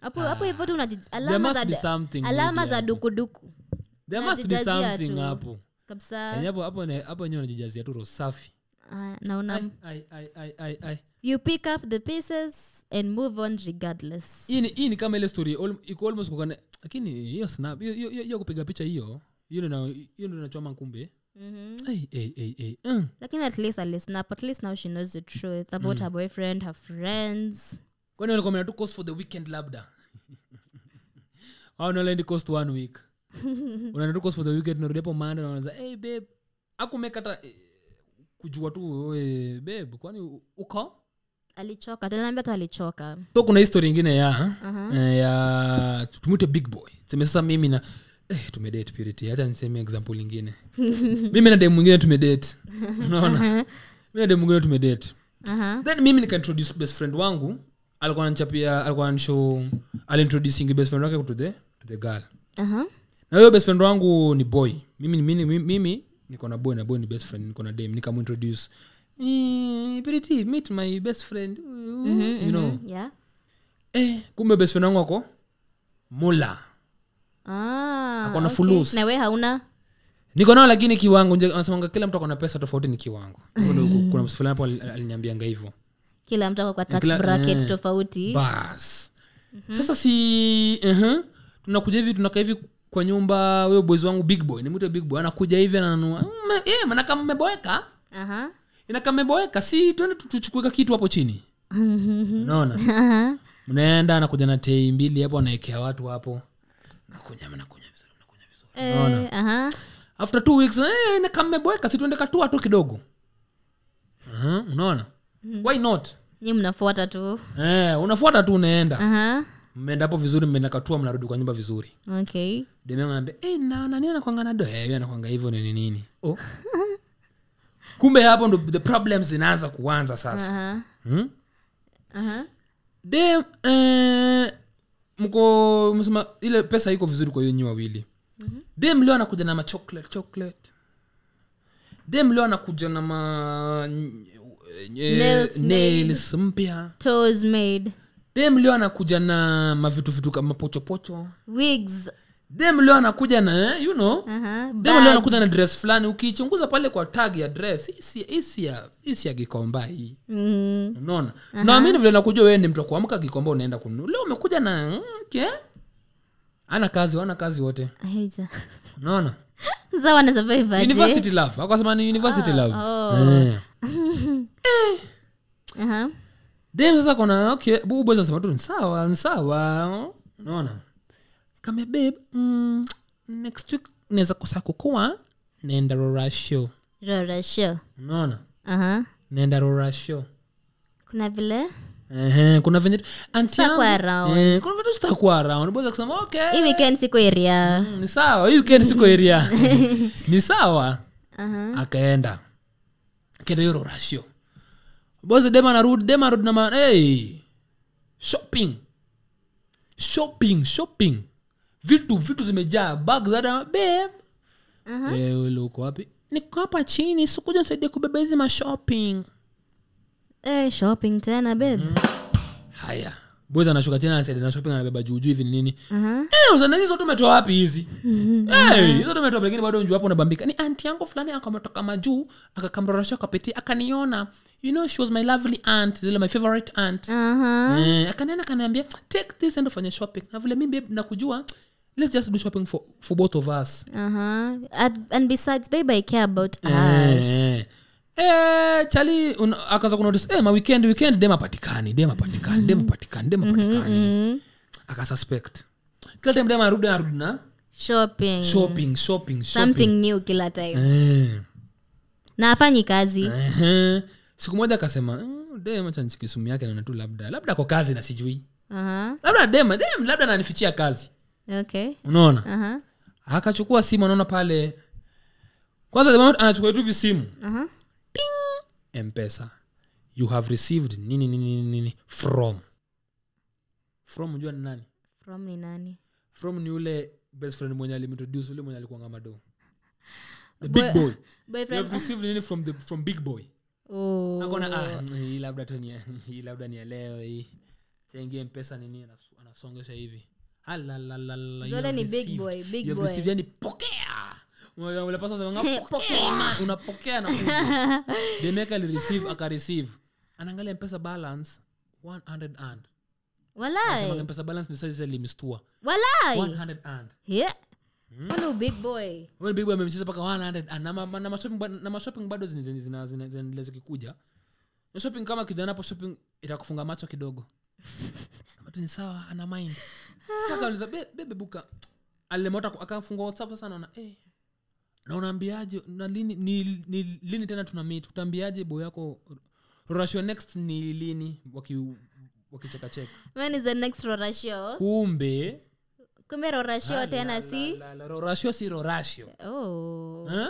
[SPEAKER 1] hapo
[SPEAKER 2] Ah.
[SPEAKER 1] hapo hivyo tu unaji-
[SPEAKER 2] There
[SPEAKER 1] alama
[SPEAKER 2] must
[SPEAKER 1] za
[SPEAKER 2] be
[SPEAKER 1] du-
[SPEAKER 2] something
[SPEAKER 1] alama
[SPEAKER 2] maybe
[SPEAKER 1] za
[SPEAKER 2] hapo.
[SPEAKER 1] dukuduku
[SPEAKER 2] There must be
[SPEAKER 1] najijazia
[SPEAKER 2] something
[SPEAKER 1] tu. Ah.
[SPEAKER 2] hapo Yaani
[SPEAKER 1] kabisa
[SPEAKER 2] hapo hapo ne- hapo enyewe unajijazia tu roho safi
[SPEAKER 1] Ah, na una
[SPEAKER 2] Ai, ai, ai, ai, ai.
[SPEAKER 1] you pick up the pieces and move on regardless
[SPEAKER 2] hii ni- hii ni kama ile story al- iko almost kukane lakini hiyo snap hiyo- hiyo hiyo- hiyo kupiga picha hiyo hiyo ndio na- hiyo ndio nachoma nkumbe
[SPEAKER 1] Mhm.
[SPEAKER 2] Ai, ai, ai, ai. Mm.
[SPEAKER 1] lakini at least alisnap at least now she knows the truth about her boyfriend her friends
[SPEAKER 2] kwani walikuwa wameenda tu coast for the weekend labda au nalendi coast one week unaenda tu coast for the weekend unarudi hapo manda naanza hey babe akumeka hata eh, kujua tu hey, babe kwani u- uko
[SPEAKER 1] alichoka tunaambia tu alichoka Uh-huh,
[SPEAKER 2] so kuna histori ingine ya eh, ya tumwite big boy seme sasa mimi na eh, tumedate purity hata niseme example ingine mimi na dem mwingine tumedate unaona mimi na dem mwingine tumedate
[SPEAKER 1] Aha.
[SPEAKER 2] then mimi nikaintroduce best friend wangu alikuwa ananichapia alikuwa ananishow alintroducing best friend wake to the to the girl
[SPEAKER 1] Aha.
[SPEAKER 2] na huyo best friend wangu ni boy mimi mimi, mimi, mimi niko na boy na boy ni best friend niko na dem nikamintroduce "Eh, Purity, meet my best friend you know
[SPEAKER 1] Mm, Yeah.
[SPEAKER 2] eh, kumbe best friend wangu ako mula
[SPEAKER 1] Ah,
[SPEAKER 2] Ako na
[SPEAKER 1] okay.
[SPEAKER 2] fulus.
[SPEAKER 1] na we hauna
[SPEAKER 2] niko nao lakini kiwango nje- anasemanga kila mtu akona pesa tofauti ni kiwango Hivyo ndio ku- kuna msifulani hapo al- aliniambianga hivyo
[SPEAKER 1] kila mtu ako kwa tax
[SPEAKER 2] Kila-
[SPEAKER 1] bracket
[SPEAKER 2] eh.
[SPEAKER 1] tofauti
[SPEAKER 2] bas sasa si uh-huh. tunakuja hivi tunakaa hivi kwa nyumba huyo boys wangu big boy nimwite big boy anakuja hivi ananunua "Mm, eh, manaka mmeboeka
[SPEAKER 1] Aha.
[SPEAKER 2] inaka mmeboeka si tuende tu- tuchukueka kitu hapo chini unaona
[SPEAKER 1] Aha.
[SPEAKER 2] mnaenda anakuja na tei mbili hapo anaekea watu hapo nakunya mnakunya vizuri
[SPEAKER 1] Eh, aha.
[SPEAKER 2] after two weeks eh, na kama mmeboeka si tuende katua tu kidogo Aha, unaona why not
[SPEAKER 1] Nyi mnafuata tu
[SPEAKER 2] eh, unafuata tu unaenda
[SPEAKER 1] Aha.
[SPEAKER 2] mmeenda hapo vizuri mmeenda katua mnarudi kwa nyumba vizuri
[SPEAKER 1] okay
[SPEAKER 2] demeambia hey, na nani anakwanga na dohewe anakwanga hivyo nini nini oh. kumbe hapo ndo the problems zinaanza kuanza sasa
[SPEAKER 1] Aha.
[SPEAKER 2] hmm?
[SPEAKER 1] Aha.
[SPEAKER 2] de eh, mko msema ile pesa iko vizuri kwa hiyo nyi wawili dem leo anakuja na machocolate chocolate dem leo anakuja na ma eh,
[SPEAKER 1] Nails
[SPEAKER 2] nails mpya
[SPEAKER 1] toes made
[SPEAKER 2] dem leo anakuja na mavitu vitu kama pochopocho
[SPEAKER 1] wigs
[SPEAKER 2] dem leo anakuja na eh, you know
[SPEAKER 1] uh-huh.
[SPEAKER 2] dem leo
[SPEAKER 1] bags.
[SPEAKER 2] anakuja na dress fulani ukiichunguza pale kwa tag ya dress hii si- hii si ya- hii si ya gikomba hii
[SPEAKER 1] Mhm.
[SPEAKER 2] unaona naamini vile nakujua wewe ni mtu wa kuamka gikomba unaenda kununua leo umekuja na mm, okay. ana kazi wana kazi wote
[SPEAKER 1] Aija.
[SPEAKER 2] unaona
[SPEAKER 1] Sasa wana survive aje?
[SPEAKER 2] university love akasema ni university love
[SPEAKER 1] oh.
[SPEAKER 2] Eh.
[SPEAKER 1] Aha.
[SPEAKER 2] dem sasa kona okay bubu boys anasema tu ni sawa ni sawa unaona kame babe mm, next week naweza kosa kukua naenda rora show
[SPEAKER 1] Rora show.
[SPEAKER 2] unaona
[SPEAKER 1] Aha.
[SPEAKER 2] naenda rora show
[SPEAKER 1] kuna vile
[SPEAKER 2] Eh. Ehe, kuna venye aunti yangu-
[SPEAKER 1] Sitakuwa around.
[SPEAKER 2] Eh, kuna vitu sitakuwa around boys akasema okay
[SPEAKER 1] hii weekend siko area
[SPEAKER 2] ni sawa hii weekend siko area ni sawa
[SPEAKER 1] Aha.
[SPEAKER 2] akaenda akaenda hiyo Rora show bosi dem anarudi dem anarudi na ma hey, shopping shopping shopping vitu vitu zimejaa bag za dama babe
[SPEAKER 1] Aha.
[SPEAKER 2] Eh, wewe uko wapi niko hapa chini sikuja nisaidia kubeba hizi mashopping
[SPEAKER 1] Eh, shopping tena babe
[SPEAKER 2] Mm. haya bosi anashuka tena anasaidia na shopping anabeba juu juu hivi ni nini
[SPEAKER 1] Aha.
[SPEAKER 2] Eh, uzana hizo tumetoa wapi hizi Eh, hizo tumetoa lakini bado njuu hapo unabambika ni anti yangu fulani akamtoka majuu akakamrorosha kapitia akaniona you know she was my lovely aunt zile my favorite aunt
[SPEAKER 1] Aha.
[SPEAKER 2] eh, akanena akaniambia take this and ufanye shopping na vile mi babe nakujua let's just do shopping for, for both of us
[SPEAKER 1] Aha. At- and besides babe i care about us
[SPEAKER 2] Eh, eh, chali un- akaanza kunotice eh, ma weekend weekend dem apatikani dem apatikani dem apatikani dem apatikani akasuspect kila time dem arudi arudi na
[SPEAKER 1] shopping
[SPEAKER 2] shopping shopping
[SPEAKER 1] something
[SPEAKER 2] shopping
[SPEAKER 1] new kila time
[SPEAKER 2] Eh,
[SPEAKER 1] na afanyi kazi
[SPEAKER 2] ehe. siku moja akasema "Mm, dem acha nishike simu yake naona tu labda labda kwa kazi na sijui
[SPEAKER 1] Aha.
[SPEAKER 2] labda dem dem labda ananifichia kazi
[SPEAKER 1] okay
[SPEAKER 2] unaona
[SPEAKER 1] Aha.
[SPEAKER 2] akachukua simu anaona pale kwanza dem anachukua tu hivi simu
[SPEAKER 1] Aha.
[SPEAKER 2] mpesa you have received nini nini nini, nini from from unajua ni nani
[SPEAKER 1] from ni nani
[SPEAKER 2] from ni ule best friend mwenye alimtroduce ule mwenye alikuanga mado the big boy you
[SPEAKER 1] boyfriend
[SPEAKER 2] have received nini from the from big boy
[SPEAKER 1] oh
[SPEAKER 2] akona ah, hii labda tu ni- hii labda ni ya leo hii taingie mpesa nini anasu- anasongesha hivi Alalalala, you
[SPEAKER 1] Zote
[SPEAKER 2] have
[SPEAKER 1] ni big
[SPEAKER 2] received.
[SPEAKER 1] boy, big
[SPEAKER 2] You have
[SPEAKER 1] boy.
[SPEAKER 2] received, yani pokea Ule- ule pasa unasema,
[SPEAKER 1] He,
[SPEAKER 2] "Pokea." unapokea na demeka alireceive akareceive anaangalia mpesa balance 100 and Anasema,
[SPEAKER 1] walai
[SPEAKER 2] mpesa balance ni sasa limestua
[SPEAKER 1] walai
[SPEAKER 2] 100 and
[SPEAKER 1] yeah
[SPEAKER 2] Hmm?
[SPEAKER 1] Ona u big boy
[SPEAKER 2] Huyu big boy amemcheza mpaka 100 and na ma- na mashopping ba- na mashopping bado zina- zina- zina- zina- zinaendelea zikikuja na shopping kama kijana hapo shopping itakufunga macho kidogo But ni sawa ana mind sasa kauliza bebe buka alemota akamfungua whatsapp sasa naona eh na unaambiaje na lini ni, ni lini tena tuna meet utaambiaje boy yako rorashio next ni lini waki wakichekacheka
[SPEAKER 1] when is the next rorasho
[SPEAKER 2] kumbe
[SPEAKER 1] kumbe rorasho tena si
[SPEAKER 2] Ah, la- la- rorashio si rorashio
[SPEAKER 1] oh
[SPEAKER 2] Eh?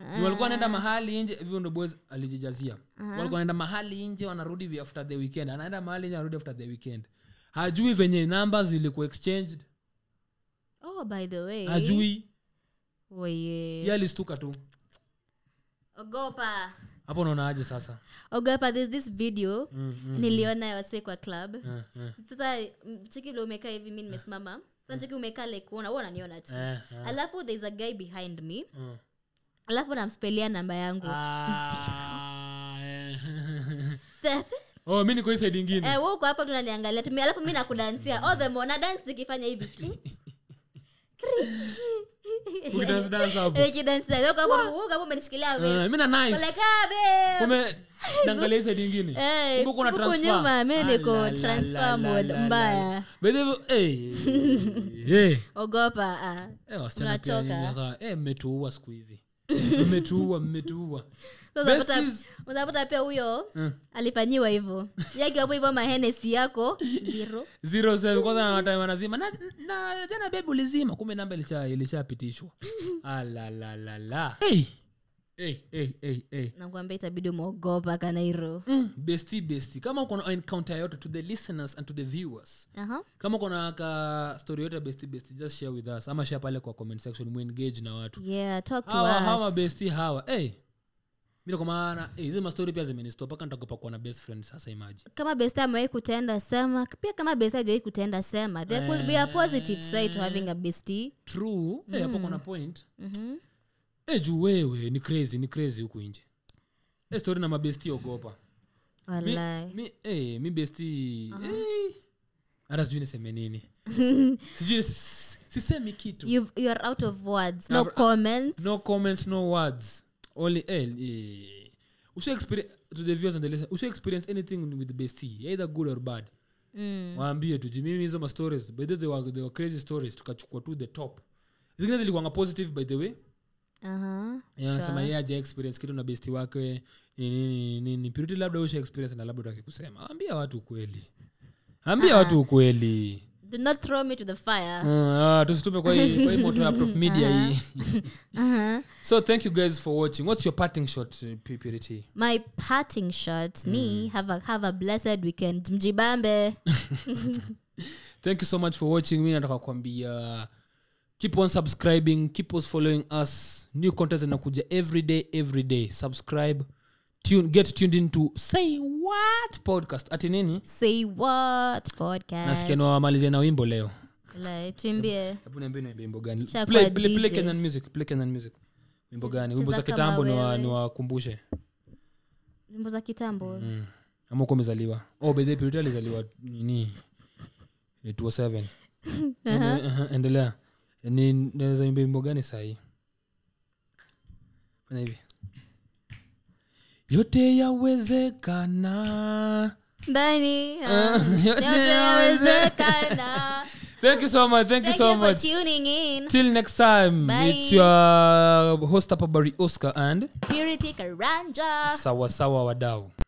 [SPEAKER 2] Ni walikuwa
[SPEAKER 1] Ah.
[SPEAKER 2] wanaenda mahali nje hivyo ndo boys alijijazia
[SPEAKER 1] Uh-huh.
[SPEAKER 2] walikuwa wanaenda mahali nje wanarudi wi- after the weekend anaenda mahali nje anarudi after the weekend hajui venye namba zilikuwa exchanged
[SPEAKER 1] oh by the way
[SPEAKER 2] hajui
[SPEAKER 1] Oye.
[SPEAKER 2] ye alistuka tu
[SPEAKER 1] ogopa
[SPEAKER 2] hapo unaonaje sasa
[SPEAKER 1] ogopa there's this video
[SPEAKER 2] Mm, mm,
[SPEAKER 1] niliona ya wasee kwa club
[SPEAKER 2] eh, eh,
[SPEAKER 1] sasa m- cheki vile umekaa hivi mi nimesimama
[SPEAKER 2] Mm.
[SPEAKER 1] sasa cheki umekaa like uona wewe unaniona tu
[SPEAKER 2] eh, eh,
[SPEAKER 1] alafu there's a guy behind me
[SPEAKER 2] eh.
[SPEAKER 1] alafu namspelia namba yangu
[SPEAKER 2] Ah, eh.
[SPEAKER 1] Sasa,
[SPEAKER 2] oh mi niko hii side ingine
[SPEAKER 1] eh, wewe uko hapa tunaniangalia tumi alafu mi nakudansia all the more na dance nikifanya hivi Kring, kring.
[SPEAKER 2] Ukidance dance hapo
[SPEAKER 1] Eh, kidansia. Wewe uko hapo, wewe uko hapo umenishikilia waist.
[SPEAKER 2] Eh, mi na
[SPEAKER 1] Uko
[SPEAKER 2] nice
[SPEAKER 1] like, ah, babe.
[SPEAKER 2] kumbe naangalia hii side ingine
[SPEAKER 1] Eh,
[SPEAKER 2] Kumbe uko na
[SPEAKER 1] huku
[SPEAKER 2] transfer.
[SPEAKER 1] nyuma, mi
[SPEAKER 2] Ah,
[SPEAKER 1] niko
[SPEAKER 2] la, la,
[SPEAKER 1] transfer
[SPEAKER 2] la, la,
[SPEAKER 1] mode
[SPEAKER 2] la, la.
[SPEAKER 1] mbaya.
[SPEAKER 2] By the way, eh, eh.
[SPEAKER 1] ogopa ah.
[SPEAKER 2] Eh, wasichana pia
[SPEAKER 1] Unachoka.
[SPEAKER 2] nyinyi sasa, eh, mmetuua siku hizi mmetuua mmetuua
[SPEAKER 1] So unapata-
[SPEAKER 2] Besties.
[SPEAKER 1] unapata pia huyo
[SPEAKER 2] Mm.
[SPEAKER 1] alifanyiwa hivyo yakiwapo hivyo mahenesi yako zero
[SPEAKER 2] zero seven kwanza na time anazima na, na Ah, jana bebu ulizima kumbe namba ilisha- ilishapitishwa Alalalala. hey, hey, hey, hey, hey.
[SPEAKER 1] nakwambia itabidi umeogopa kanairo
[SPEAKER 2] Mm, besti besti kama uko na encounter yote to the listeners and to the viewers
[SPEAKER 1] aha
[SPEAKER 2] kama uko na ka story yote ya besti besti just share with us ama share pale kwa comment section muengage na watu
[SPEAKER 1] yeah talk to
[SPEAKER 2] hawa hawa
[SPEAKER 1] us
[SPEAKER 2] besti hawa hey. mi kwa maana hey, hizi mastori pia zimenistop mpaka nitagopa kuwa na best friend sasa imaji
[SPEAKER 1] kama besta amewai kutenda sema pia kama besta ajawai kutenda sema there could be a
[SPEAKER 2] Eh.
[SPEAKER 1] positive side to having a bestie
[SPEAKER 2] true hey, hapo kuna point
[SPEAKER 1] Mhm.
[SPEAKER 2] hey, juu wewe ni crazy ni crazy huku nje hey, story na mabesti ogopa mi,
[SPEAKER 1] Walai.
[SPEAKER 2] mi, hey, mi besti hey. hata sijui niseme nini sijui nis- sisemi kitu
[SPEAKER 1] You've- you are out of words no
[SPEAKER 2] Ab-
[SPEAKER 1] comments
[SPEAKER 2] no comments no words only eh, eh. usha experience to the viewers and the listeners usha experience anything with bestie either good or bad
[SPEAKER 1] Mm.
[SPEAKER 2] waambie tu juu mimi hizo ma stories by the way, they were, they were crazy stories tukachukua tu the top zingine zilikuwanga positive by the way
[SPEAKER 1] Aha.
[SPEAKER 2] anasema yeye aja experience kitu na besti wake ni nini nini piruti labda usha experience na labda utaki kusema ambia watu ukweli ambia watu ukweli
[SPEAKER 1] do not throw me to the fire
[SPEAKER 2] Ah, tusitume kwa hii kwa hii moto ya prop media hii Mm.
[SPEAKER 1] Aha.
[SPEAKER 2] so thank you guys for watching what's your parting shot uh, P- purity
[SPEAKER 1] my parting shot
[SPEAKER 2] Mm.
[SPEAKER 1] ni have a, have a blessed weekend mjibambe
[SPEAKER 2] thank you so much for watching mi nataka kuambia keep on subscribing keep on following us new content zinakuja every day every day subscribe tune, get tuned into say what podcast ati nini
[SPEAKER 1] say what
[SPEAKER 2] nasikia
[SPEAKER 1] podcast
[SPEAKER 2] niwamalizia na wimbo leo
[SPEAKER 1] Walai, tuimbie
[SPEAKER 2] hebu niambie niwimbe wimbo gani
[SPEAKER 1] Shakuwa
[SPEAKER 2] play, play, play
[SPEAKER 1] DJ.
[SPEAKER 2] Kenyan music play Kenyan music wimbo gani wimbo za
[SPEAKER 1] Cheza kama
[SPEAKER 2] kitambo niwa-
[SPEAKER 1] wewe.
[SPEAKER 2] niwakumbushe
[SPEAKER 1] nyimbo za kitambo
[SPEAKER 2] Mm. ama uko umezaliwa oh, by the way, Purity alizaliwa nini Eh, 2007. Ende- aha, Eh, endelea ni naweza imba wimbo gani sahii fanya hivi yote yawezekana
[SPEAKER 1] ndani
[SPEAKER 2] Ah, yote
[SPEAKER 1] yawezekana
[SPEAKER 2] thank you so much thank, you
[SPEAKER 1] thank
[SPEAKER 2] so
[SPEAKER 1] you for
[SPEAKER 2] much
[SPEAKER 1] tuning in
[SPEAKER 2] till next time
[SPEAKER 1] Bye.
[SPEAKER 2] it's your host apabari oscar and
[SPEAKER 1] purity karanja
[SPEAKER 2] sawasawa wadau